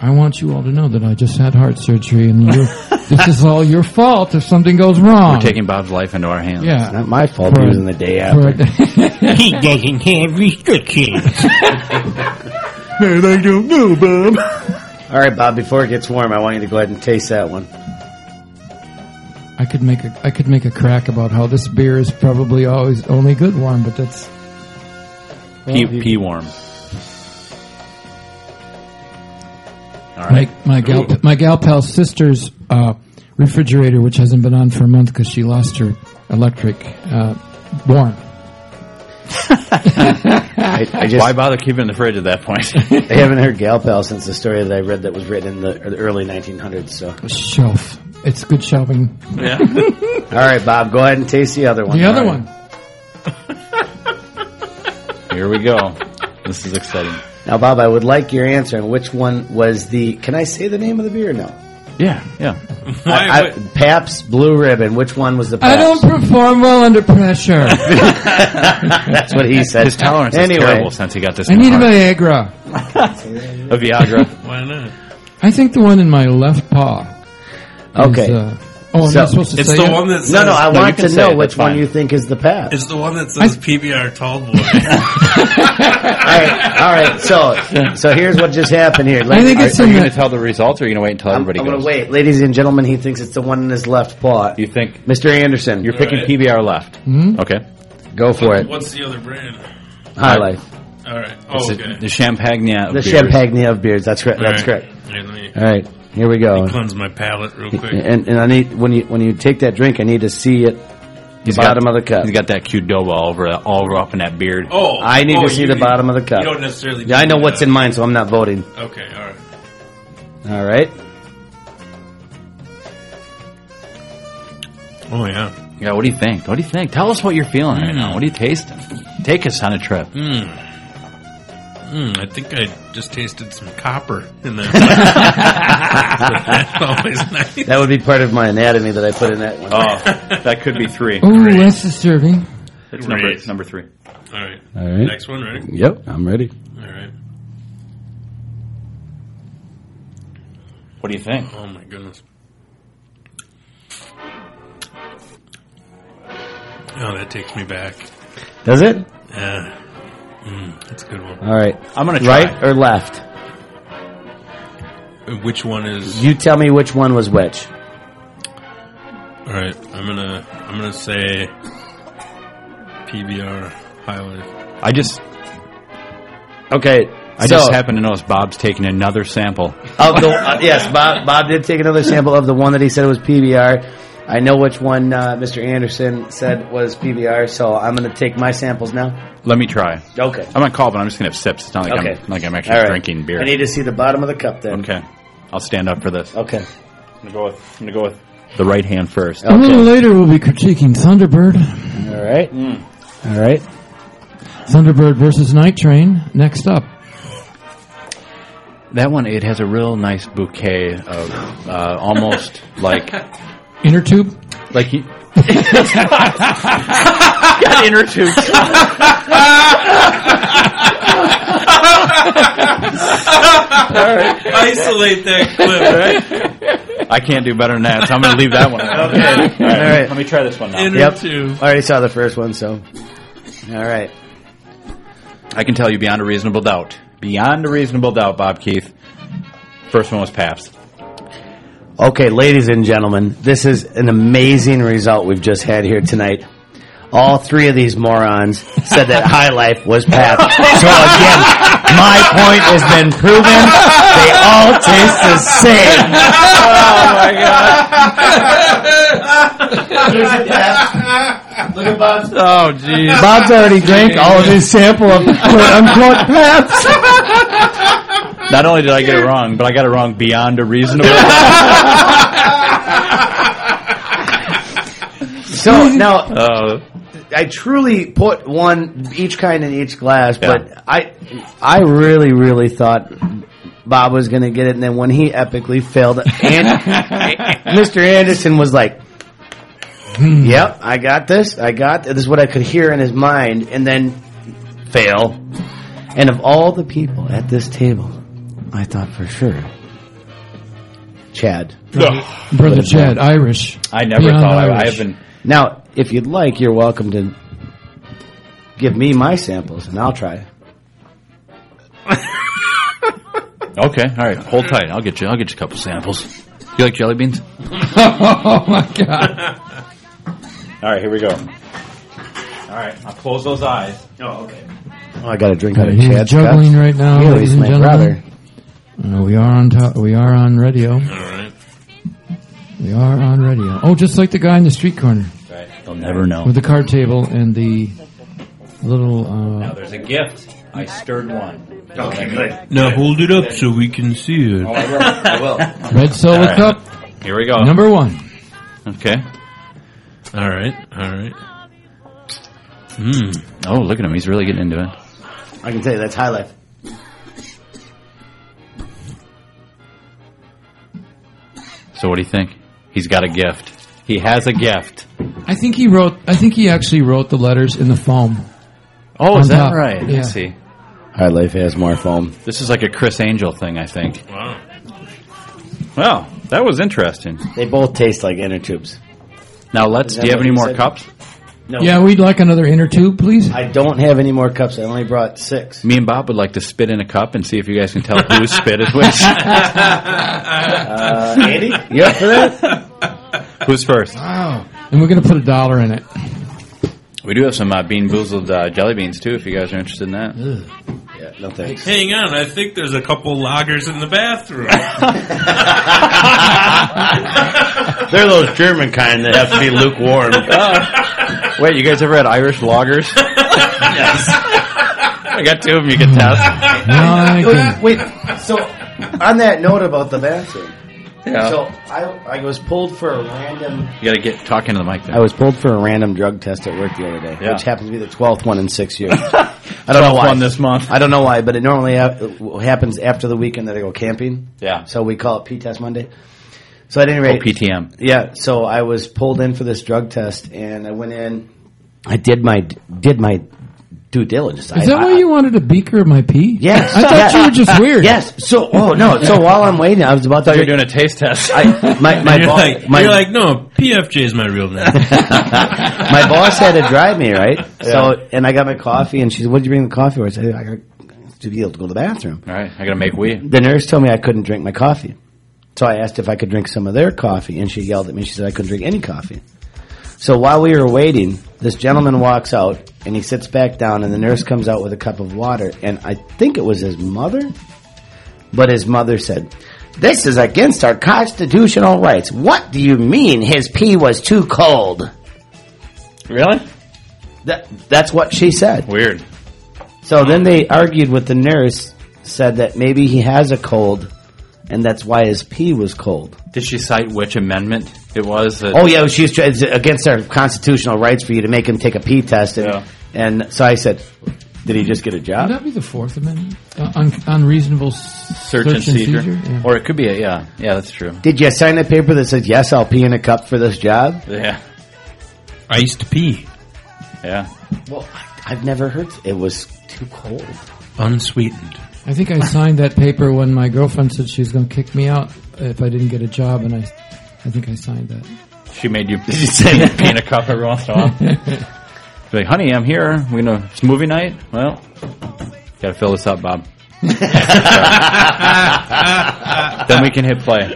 I want you all to know that I just had heart surgery, and you this is all your fault if something goes wrong.
We're taking Bob's life into our hands.
yeah.
Not my fault. He was in the day after.
he doesn't have restrictions.
Man, I don't know, Bob.
All right, Bob. Before it gets warm, I want you to go ahead and taste that one.
I could make a I could make a crack about how this beer is probably
Oh,
always only good warm, but that's
Pee, pee warm.
My my gal my gal pal's sister's uh, refrigerator, which hasn't been on for a month because she lost her electric uh, warm.
I,
just-
Why bother keeping it in the fridge at that point?
I haven't heard Gal Pal since the story that I read that was written in the early 1900s. So
Shelf. It's good shopping.
Yeah. All right, Bob, go ahead and taste the other one.
The other
All right.
one.
Here we go. This is exciting.
Now, Bob, I would like your answer on which one was the. Can I say the name of the beer? No.
Yeah, yeah.
I, I, Pabst Blue Ribbon. Which one was the
I
Pabst?
don't perform well under pressure.
That's what he said.
His tolerance
Anyway.
is terrible since he got this.
I
new
need a
car.
Viagra.
a Viagra.
Why not?
I think the one in my left paw. is,
Okay.
uh, oh, am
So-
I supposed to
It's
say
the
it?
one that
no, no, I
says- No, you
want
can
to
say
know
it,
which
that's
one
fine.
you think is the Pabst.
It's the one that says PBR tall boy.
all right, all right. So, so here's what just happened here.
I think it's Are- are in you the- gonna
tell the results, or are you going to wait until
everybody
I'm
goes?
going to wait, ladies and gentlemen. He thinks it's the one in his left paw. You
think,
Mr. Anderson?
You're picking PBR left.
Hmm?
Mhm.
Okay.
Go for it.
What's the other brand?
High Life.
All right.
It's
Oh,
the-
okay.
The Champagne.
The Champagne of beards. That's correct. That's
All right.
correct.
Yeah, let me-
All right, here we go.
Cleanse my palate real quick.
And and I need when you when you take that drink, I need to see it. The bottom
got,
of the cup.
He's got that cute dough all over, all up in that beard.
Oh,
I need
oh,
to see
you-
the bottom of the cup.
you don't necessarily
Yeah, I
do
know
that.
what's in mine, so I'm not voting.
Okay, all right.
All right.
Oh yeah.
Yeah. What do you think? What do you think? Tell us what you're feeling right now. What are you tasting? Take us on a trip.
Mm. Mm, I think I just tasted some copper in there. That's always nice.
That would be part of my anatomy that I put in that one.
Oh, that could be three.
Oh, that's disturbing.
It's number, it's number three.
All right.
All right.
Next one, ready?
Yep, I'm ready.
All right.
What do you think?
Oh my goodness. Oh, that takes me back.
Does it?
Yeah. Mm, that's a good one.
All right.
I'm gonna try.
right or left.
Which one is?
You tell me which one was which.
All right. I'm gonna. I'm gonna say PBR highlight.
I just.
Okay.
I
so-
just happen to notice Bob's taking another sample.
Of the, uh, yes, Bob. Bob did take another sample of the one that he said was PBR. I know which one uh, Mr. Anderson said was PBR, so I'm going to take my samples now.
Let me try.
Okay.
I'm gonna call, but I'm just gonna have sips. It's not like
Okay.
I'm like I'm actually
All right.
drinking beer.
I need to see the bottom of the cup then.
okay. I'll stand up for this.
Okay.
I'm gonna go with. I'm gonna go with the right hand first.
A little later, we'll be critiquing Thunderbird.
All right. All right.
Thunderbird versus Night Train. Next up.
That one, it has a real nice bouquet of uh, almost like
Inner tube.
like you got inner tube.
Isolate that clip.
I can't do better than that, so I'm going to leave that one. alone.
Okay.
All right,
All right.
Let me try this one now.
Inner
Yep.
tube.
I already saw the first one, so. All right.
I can tell you beyond a reasonable doubt, beyond a reasonable doubt, Bob Keith. First one was Pabst.
Okay, ladies and gentlemen, this is an amazing result we've just had here tonight. All three of these morons said that High Life was Pabst. So again, my point has been proven. They all taste the same.
Oh my god!
Look at Bob's.
Oh jeez!
Bob's already drank all of his sample of quote unquote Pabst.
Not only did I get it wrong, but I got it wrong beyond a reasonable. doubt.
So now
Uh,
I truly put one each kind in each glass, but I I really really thought Bob was going to get it, and then when he epically failed, and Mr. Anderson was like. Yep, I got this. I got this. Is what I could hear in his mind, and then fail. And of all the people at this table, I thought for sure, Chad.
Brother Chad, Irish.
I never
Beyond
thought I, I
Irish.
have been.
Now, if you'd like, you're welcome to give me my samples, and I'll try.
Okay, all right. Hold tight. I'll get you. I'll get you a couple samples. You like jelly beans?
oh my god.
All right, here we go. All right, I'll close those eyes.
Oh, okay. I got a drink out of
He's
Chad's
juggling right now,
Really,
ladies and
my
gentlemen.
brother.
Uh, we are on top. We are on radio. All
right.
We are on radio. Oh, just like the guy in the street corner.
Right. They'll never know.
With the card table and the little. Uh,
Now there's a gift. I stirred one.
Okay, good. Now hold it up so we can see it.
Oh, I will. I will.
Red Solo
All right.
Cup.
Here we go.
Number one.
Okay.
All right. All right.
Oh, look at him. He's really getting into it.
I can tell you that's high life.
So what do you think? He's got a gift. He has a gift.
I think he wrote. I think he actually wrote the letters in the foam.
Oh, is
On
that
top.
right?
Yeah.
I see.
High life has more foam.
This is like a Chris Angel thing, I think.
Wow.
Wow, that was interesting.
They both taste like inner tubes.
Now let's.
Is
Do
that
you have
what
any
you
more
said?
cups?
No.
Yeah, we'd like another inner tube, please.
I don't have any more cups. I only brought six.
Me and Bob would like to spit in a cup and see if you guys can tell who spit is which.
Uh, Andy, you up for that?
Who's first?
Wow. And we're gonna put a dollar in it.
We do have some uh, bean boozled uh, jelly beans too, if you guys are interested in that.
Yeah, no thanks.
Hang on, I think there's a couple loggers in the bathroom.
They're those German kind that have to be lukewarm.
Wait, you guys ever had Irish loggers? I got two of them you can test.
Wait, wait, so on that note about the bathroom.
Yeah.
So I, I was pulled for a random.
You got to get talking to the mic. There.
I was pulled for a random drug test at work the other day,
Yeah.
which happened to be the twelfth one in six years. I don't know why
one this month.
I don't know why, but it normally ha- happens after the weekend that I go camping.
Yeah.
So we call it P test Monday. So at any rate,
PTM.
yeah. So I was pulled in for this drug test, and I went in. I did my did my due diligence. I,
Is that
I-
why you wanted a beaker of my pee?
Yes.
I thought
Yeah.
you were just weird.
Yes. So, oh no. So while I'm waiting, I was about to.
You're doing a taste test.
I, my my
you're,
boss,
like,
my,
you're like, no, PFJ is my real name.
my boss had to drive me right. So and I got my coffee, and she said, "What did you bring the coffee?" for?" I said, "I got to be able to go to the bathroom."
All right, I got to make weed.
The nurse told me I couldn't drink my coffee. So I asked if I could drink some of their coffee, and she yelled at me. She said I couldn't drink any coffee. So while we were waiting, this gentleman walks out and he sits back down, and the nurse comes out with a cup of water. And I think it was his mother, but his mother said, This is against our constitutional rights. What do you mean his pee was too cold?
Really?
That, that's what she said.
Weird.
So then they argued with the nurse, said that maybe he has a cold, and that's why his pee was cold.
Did she cite which amendment it was? That,
Oh yeah, she was trying, it's against our constitutional rights for you to make him take a pee test, and,
Yeah.
and so I said, did he just get a
Would
job?
that be the Fourth Amendment? Uh, un- unreasonable s-
search, and seizure,
Yeah.
or it could be a yeah, yeah. That's true.
Did you sign a paper that says yes, I'll pee in a cup for this job?
Yeah,
Iced pea.
yeah.
Well, I've never heard. It was too cold.
Unsweetened.
I think I signed that paper when my girlfriend said she was going to kick me out if I didn't get a job, and I, I think I signed that.
She made you send you pee in a cup every once in a while. Be like, honey, I'm here. We're gonna it's movie night. Well, gotta fill this up, Bob. then we can hit play.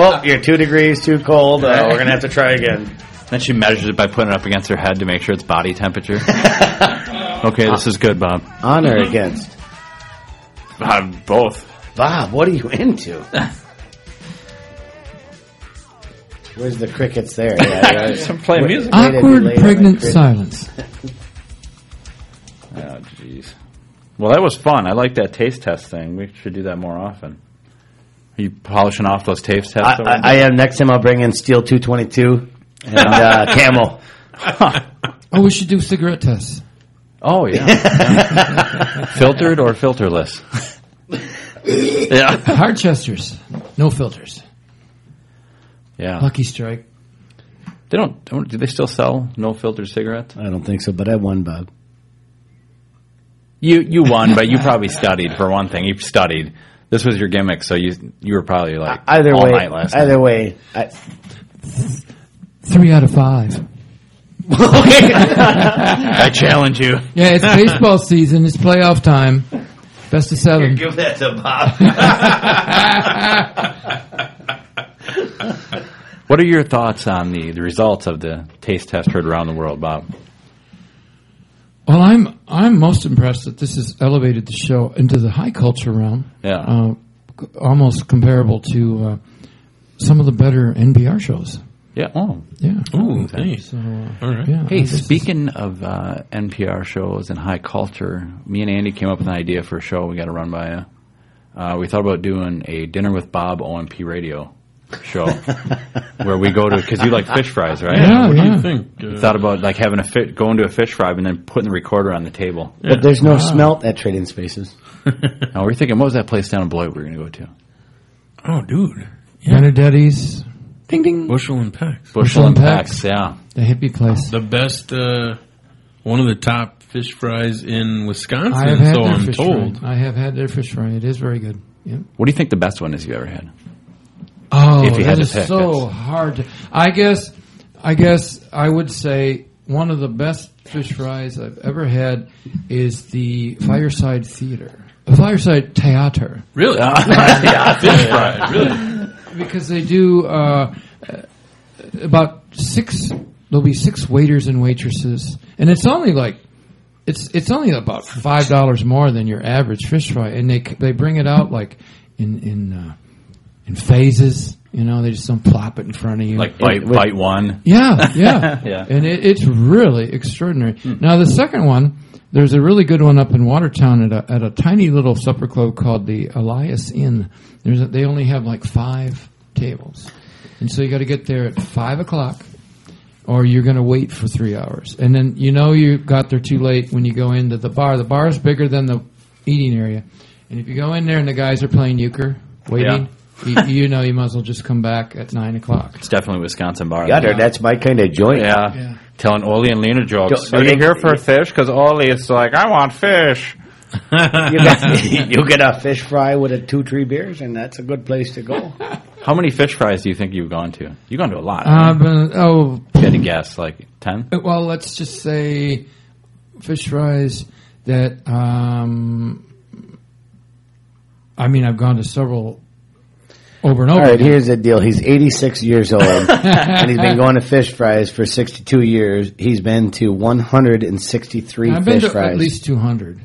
Oh, you're two degrees too cold. Uh, we're gonna have to try again.
Then she measures it by putting it up against her head to make sure it's body temperature. okay, this is good, Bob.
On or against?
Uh, both.
Bob, what are you into? Where's the crickets there? Yeah, right.
I'm playing music.
Wait, it'd be
Awkward,
later,
pregnant
like, crit-
silence.
Oh, jeez. Well, that was fun. I like that taste test thing. We should do that more often. Are you polishing off those taste tests?
I,
over
I, I am next time. I'll bring in steel two twenty two and uh, camel.
Oh, we should do cigarette tests.
Oh yeah, Yeah. filtered or filterless. yeah,
Hard chesters, no filters.
yeah.
Lucky strike.
They don't, don't. Do they still sell no filtered cigarettes?
I don't think so, but I won, Bob.
You you won, but you probably studied for one thing. You studied. This was your gimmick, so you you were probably like
Uh, Either
all
way,
night last night.
either way. I,
Three out of five.
I challenge you.
Yeah, it's baseball season. It's playoff time. Best of seven.
give that to Bob.
What are your thoughts on the, the results of the taste test heard around the world, Bob?
Well, I'm I'm most impressed that this has elevated the show into the high culture realm.
Yeah.
Um,
uh, c- almost comparable to uh, some of the better NPR shows.
Yeah. Oh.
Yeah.
Ooh.
Okay.
Hey.
So, uh, yeah, I
hey,
guess-
speaking of uh, NPR shows and high culture, me and Andy came up with an idea for a show we got to run by you. Uh, we thought about doing a dinner with Bob OMP radio show where we go to because you like fish fries, right?
Yeah, Yeah, what do you yeah. think,
We
uh,
thought about like having a fit, going to a fish fry and then putting the recorder on the table.
But there's no smelt at Trading Spaces.
Now we're thinking, what was that place down in Beloit we were going to go to?
Oh, dude.
Benedetti's. Ding ding.
Bushel and Peck.
Bushel and Peck's,
yeah.
The hippie place.
The best, uh, one of the top fish fries in Wisconsin,
I have had
so
their
I'm
fish
told.
fry. I have had their fish fry. It is very good. Yeah.
What do you think the best one is you've ever had?
Oh,
if you had to
that is
pick,
so
that's-
hard. To, I guess, I guess I would say one of the best fish fries I've ever had is the Fireside Theater, the Fireside Theater.
Really?
Yeah.
Fish fry, really?
Because they do uh, uh, about six. There'll be six waiters and waitresses, and it's only like. It's it's only about five dollars more than your average fish fry, and they c- they bring it out like in in uh, in phases. You know, they just don't plop it in front of you.
Like bite,
It- with-
bite one.
Yeah, yeah,
yeah. Hmm.
And it, it's really extraordinary. Now the second one, there's a really good one up in Watertown at a at a tiny little supper club called the Elias Inn. There's a, they only have like five tables, and so you got to get there at five o'clock. Or you're going to wait for three hours, and then you know you got there too late when you go into the bar. The bar is bigger than the eating area, and if you go in there and the guys are playing euchre, waiting, you, you know you might as well just come back at nine o'clock.
It's definitely a Wisconsin bar.
Gutter, that's
my kind of joint.
Yeah. Telling Ollie and Lena jokes.
Do- do
Are you
they-
here for fish? Because Ollie is like, I want fish.
You get, you get a fish fry with a two tree beers, and that's a good place to go.
How many fish fries do you think you've gone to? You've gone to a lot.
Uh, but, oh,
If you had to guess, like 10?
well, let's just say fish fries that, um, I mean, I've gone to several over and
All
over.
right,
again.
here's the deal. He's 86 years old, and he's been going to fish fries for 62 years. He's been to 163
I've been
fish
to
fries.
at least 200.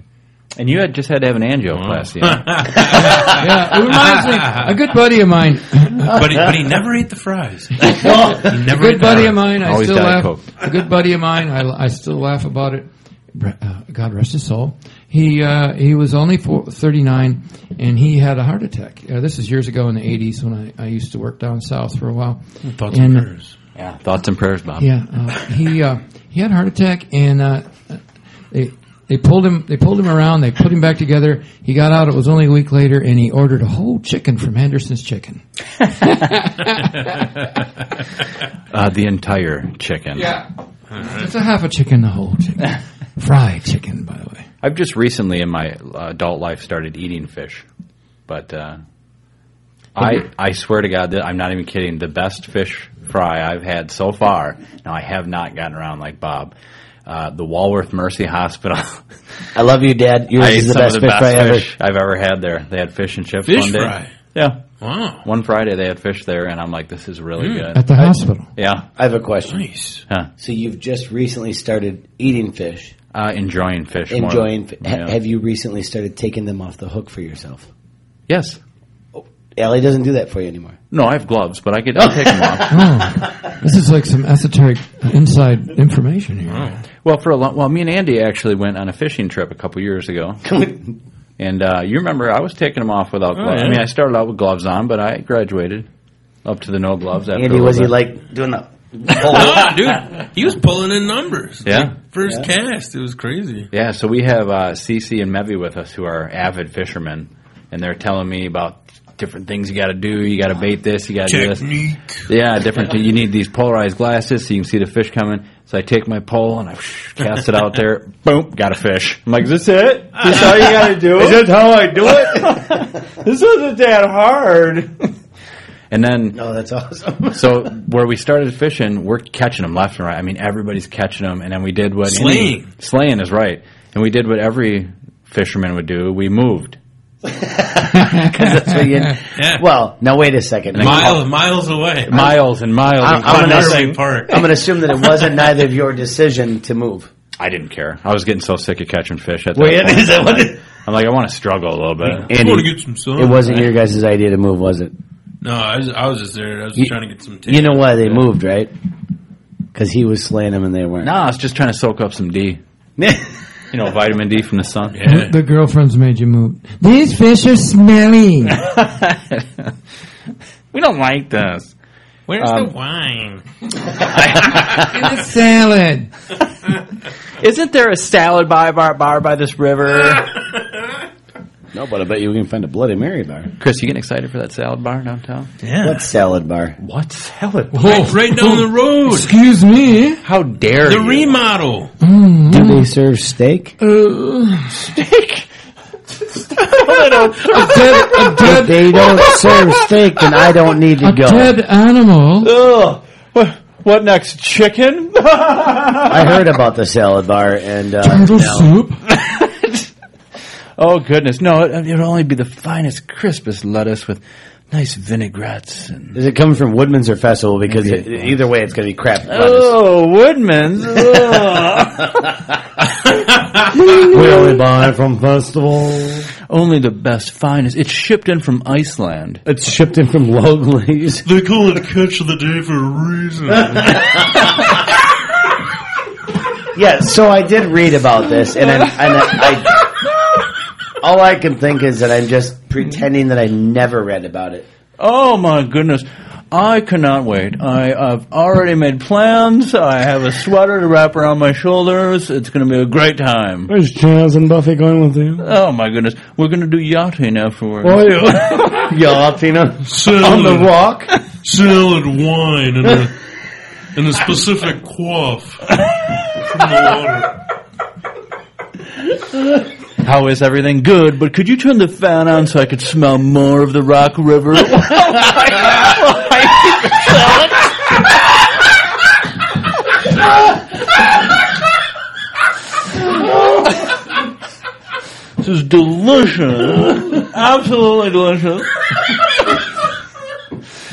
And you had just had to have an angioplasty.
yeah, it reminds me, a good buddy of mine.
but, he, but he never ate the fries. he
a
never
good
ate the
buddy
fries.
of mine. I
Always
still
Diet
laugh.
Coke.
A good buddy of mine. I, I still laugh about it. Re- Uh, God rest his soul. He uh, he was only four, 39, and he had a heart attack. Uh, this is years ago in the 80s when I, I used to work down south for a while.
Thoughts
And-
and prayers. Yeah. Thoughts and prayers, Bob.
yeah, uh, he uh, he had a heart attack, and uh, they they pulled him they pulled him around. They put him back together. He got out. It was only a week later, and he ordered a whole chicken from Henderson's Chicken.
Uh, the entire chicken.
Yeah. It's a half a chicken, the whole chicken. fried chicken, by the way.
I've just recently in my uh, adult life started eating fish, but uh, I I swear to God that I'm not even kidding. The best fish fry I've had so far. Now I have not gotten around like Bob. Uh, the Walworth Mercy Hospital.
I love you, Dad. Yours
I ate
is the
some
best
of
fish fry ever.
fish I've ever had there. They had fish and chips
Fish
one day.
fry?
Yeah.
Wow.
One Friday they had fish there, and I'm like, this is really
Mm.
good.
At the
I-
hospital.
Yeah.
I have a question.
Huh.
So you've just recently started eating fish.
Uh, enjoying fish. more.
Enjoying. fi- ha-
Yeah.
Have you recently started taking them off the hook for yourself? Oh,
Yes.
Allie doesn't do that for you anymore.
No, I have gloves, but I could I'll take them off.
Oh, this is like some esoteric inside information here.
Well, for a long, well, me and Andy actually went on a fishing trip a couple years ago, and uh, you remember I was taking them off without
Oh,
gloves. I
yeah.
mean, I started out with gloves on, but I graduated up to the no gloves. After
Andy,
a
was he
little bit.
like doing the?
Oh, dude. He was pulling in numbers.
Yeah.
Like, first
Yeah.
cast. It was crazy.
Yeah, so we have uh, Cece and Mevi with us who are avid fishermen, and they're telling me about different things you got to do. You got to bait this. You got to do this.
Technique.
Yeah, different. you need these polarized glasses so you can see the fish coming. So I take my pole and I cast it out there. Boom, got a fish. I'm like, is this it? This how you got to do it?
Is this how I do
it? this isn't that hard. And then
Oh, that's awesome.
so where we started fishing, we're catching them left and right. I mean, everybody's catching them, and then we did what
Slaying.
any- slaying is right, and we did what every fisherman would do. We moved.
'Cause that's what you- Well, now wait a second.
Mile, miles away.
Miles and miles.
I'm,
and
I'm
miles.
gonna assume, I'm gonna assume that it wasn't neither of your decision to move.
I didn't care. I was getting so sick of catching fish at that
Wait,
point.
is that what it-
I'm like, I want to struggle a little bit.
Andy, it wasn't your guys' idea to move, was it?
No, I was, I was just there. I was
You-
trying to get some.
You know why they moved, right? Because he was slaying them and they weren't.
No, I was just trying to soak up some D. you know, vitamin D from the sun.
The girlfriends made you move. These fish are smelly.
We don't like this.
Where's
Um,
the wine?
Salad.
Isn't there a salad by bar, bar by this river?
No, but I bet you we can find a Bloody Mary bar.
Chris, you getting excited for that salad bar downtown?
Yeah. What salad bar?
What salad bar?
Right, right down the road.
Excuse me.
How dare
The remodel. Uh,
Do Mm. they serve steak?
Steak.
A dead, if they don't serve steak, then I don't need to go.
animal.
Ugh. What, what next? Chicken?
I heard about the salad bar and uh, now-
oh goodness, no! It, it would only be the finest, crispest lettuce with nice vinaigrettes. And
Does it come from Woodman's or Festival? Because it, either way, it's going to be crap.
oh, Woodman's.
we only buy from Festival.
Only the best, finest. It's shipped in from Iceland.
It's shipped in from Lowglaze.
They call it catch of the day for a reason.
Yeah, so I did read about this, and, I'm, and I, I, all I can think is that I'm just pretending that I never read about it.
Oh my goodness. I cannot wait. I, I've already made plans. I have a sweater to wrap around my shoulders. It's going to be a great time.
Where's Chaz and Buffy going with you?
Oh my goodness. We're going to do yachting afterwards.
Oh,
Yachting
Salad.
the
rock?
Salad, wine, and a, and a specific quaff from the
How is everything good? But could you turn the fan on so I could smell more of the Rock River? this is delicious. Absolutely delicious.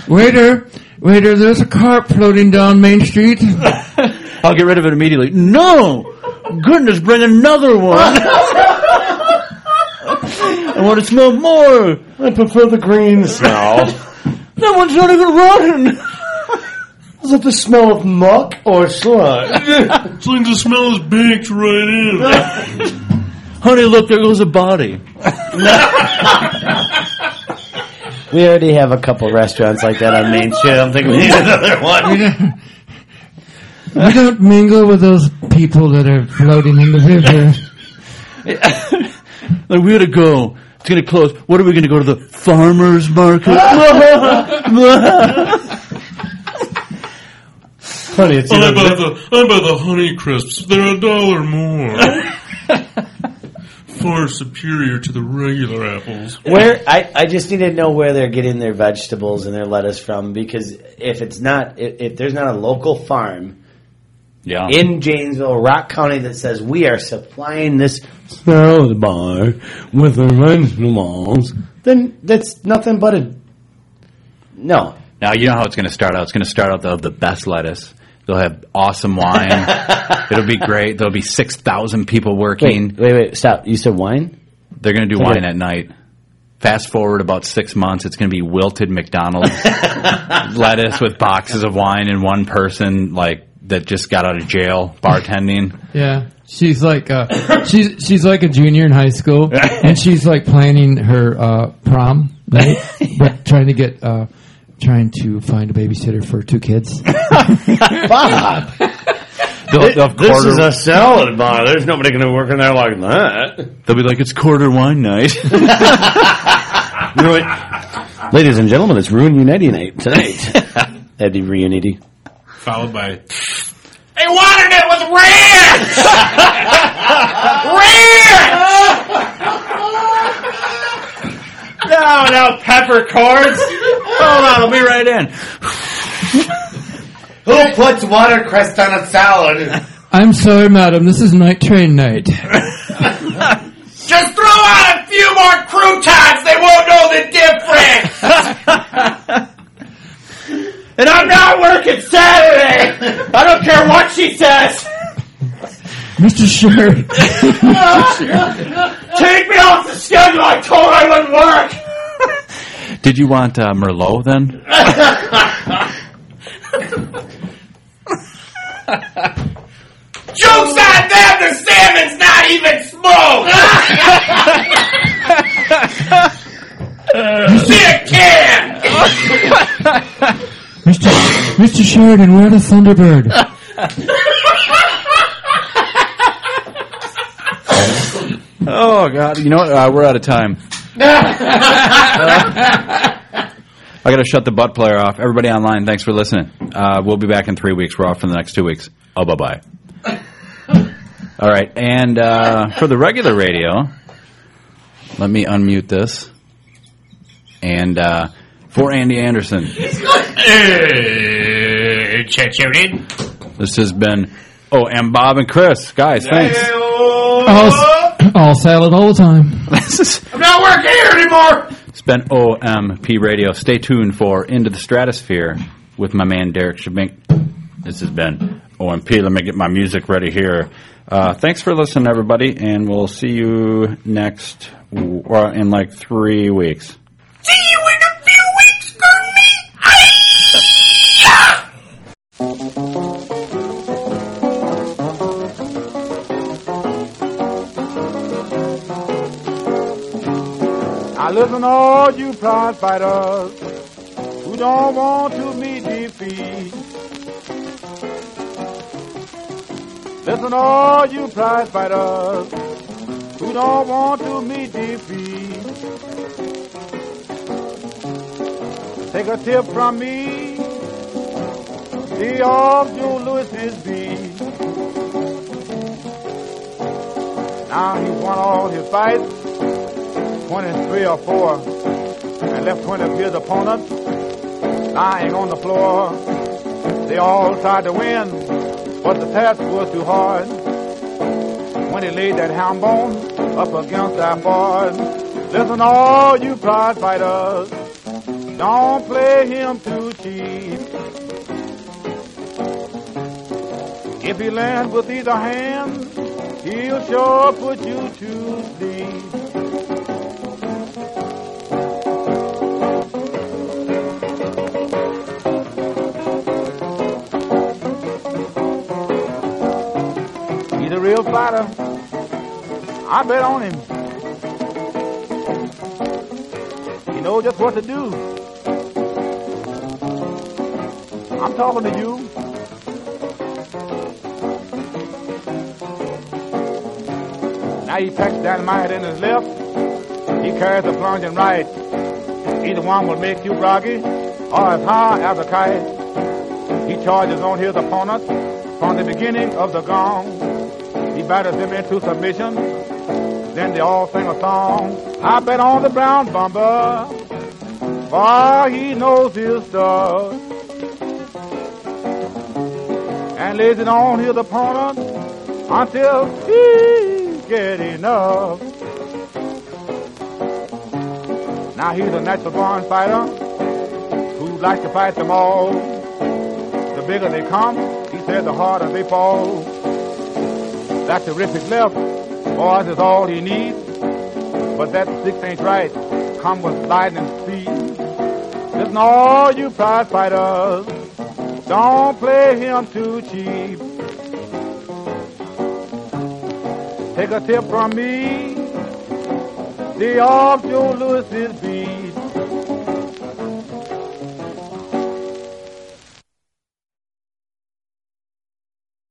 Waiter, waiter, there's a carp floating down Main Street.
I'll get rid of it immediately. No! Goodness, bring another one! I want to smell more!
I prefer the green smell.
that one's not even rotten!
Is it the smell of muck or sludge?
water. It's like the smell is baked right in.
Honey, look, there goes a body.
We already have a couple restaurants like that on Main Street. I don't think we need another one.
We don't, we don't mingle with those people that are floating in the river.
Like, we gotta go. It's gonna close. What are we gonna go to the farmer's market?
Honey, it's
I
either
buy the I buy the honey crisps. They're a dollar more. Far superior to the regular apples.
Where I, I just need to know where they're getting their vegetables and their lettuce from because if it's not if, if there's not a local farm
Yeah.
in Janesville, Rock County that says we are supplying this salad bar with our vegetables, then that's nothing but a no.
Now you know how it's going to start out. It's going to start out they'll have the best lettuce. They'll have awesome wine. It'll be great. There'll be six thousand people working.
Wait, wait, wait, stop. You said wine?
They're going to do
Okay.
wine at night. Fast forward about six months, it's going to be wilted McDonald's lettuce with boxes of wine and one person like that just got out of jail bartending.
Yeah, she's like uh, she's she's like a junior in high school, and she's like planning her uh, prom night, but trying to get uh, trying to find a babysitter for two kids.
Bob.
They'll, they'll have
This
quarter-
is a salad bar. There's nobody going to work in there like that.
they'll be like it's quarter wine night.
You know what? Ladies and gentlemen, it's Ruin Unity night tonight. That'd be Reunity.
Followed by
They wanted it with ranch! ranch!
No, no peppercorns.
Hold on, I'll be right in.
Who puts watercress on a salad?
I'm sorry, madam. This is night train night.
Just throw out a few more croutons, they won't know the difference!
And I'm not working Saturday. I don't care what she says.
Mr. Sherry.
Take me off the schedule. I told I wouldn't work.
Did you want uh, Merlot then?
Jokes on them. The salmon's not even smoked. See a can.
Mr. Mr. Sheridan, we're the Thunderbird.
Oh God! You know what? Uh, we're out of time. I got to shut the butt player off. Everybody online, thanks for listening. Uh, we'll be back in three weeks. We're off for the next two weeks. Oh, bye bye. All right, and uh, for the regular radio, let me unmute this. And uh, for Andy Anderson,
Uh, check it in.
this has been. Oh, and Bob and Chris, guys, thanks.
All, all salad all the time.
I'm not working here anymore.
It's been OMP Radio. Stay tuned for Into the Stratosphere with my man Derek Shabink. This has been OMP. Let me get my music ready here. Uh, thanks for listening, everybody, and we'll see you next w- uh, in like three weeks.
See you in a few weeks, Bernie.
I listen, all you prize fighters who don't want to meet defeat. Listen, all you prize fighters who don't want to meet defeat. Take a tip from me, be off Joe Lewis's beat. Now he won all his fights. 23 or 4 and left 20 of his opponents lying on the floor. They all tried to win, but the task was too hard. When he laid that ham bone up against that board, listen, all you prize fighters, don't play him too cheap. If he lands with either hand, he'll sure put you to sleep. He's a real fighter. I bet on him. He knows just what to do. I'm talking to you. Now he packs dynamite in his left. He carries a plunging right. Either one will make you groggy or as high as a kite. He charges on his opponent from the beginning of the gong. He batters them into submission. Then they all sing a song. I bet on the brown bomber. For he knows his stuff. And lays it on his opponent until he get enough. Now he's a natural born fighter who likes to fight them all. The bigger they come, he said, the harder they fall. That terrific left, boys, is all he needs. But that six ain't right, come with lightning speed. Listen, all you prize fighters, don't play him too cheap. Take a tip from me, the off Joe Lewis's beat.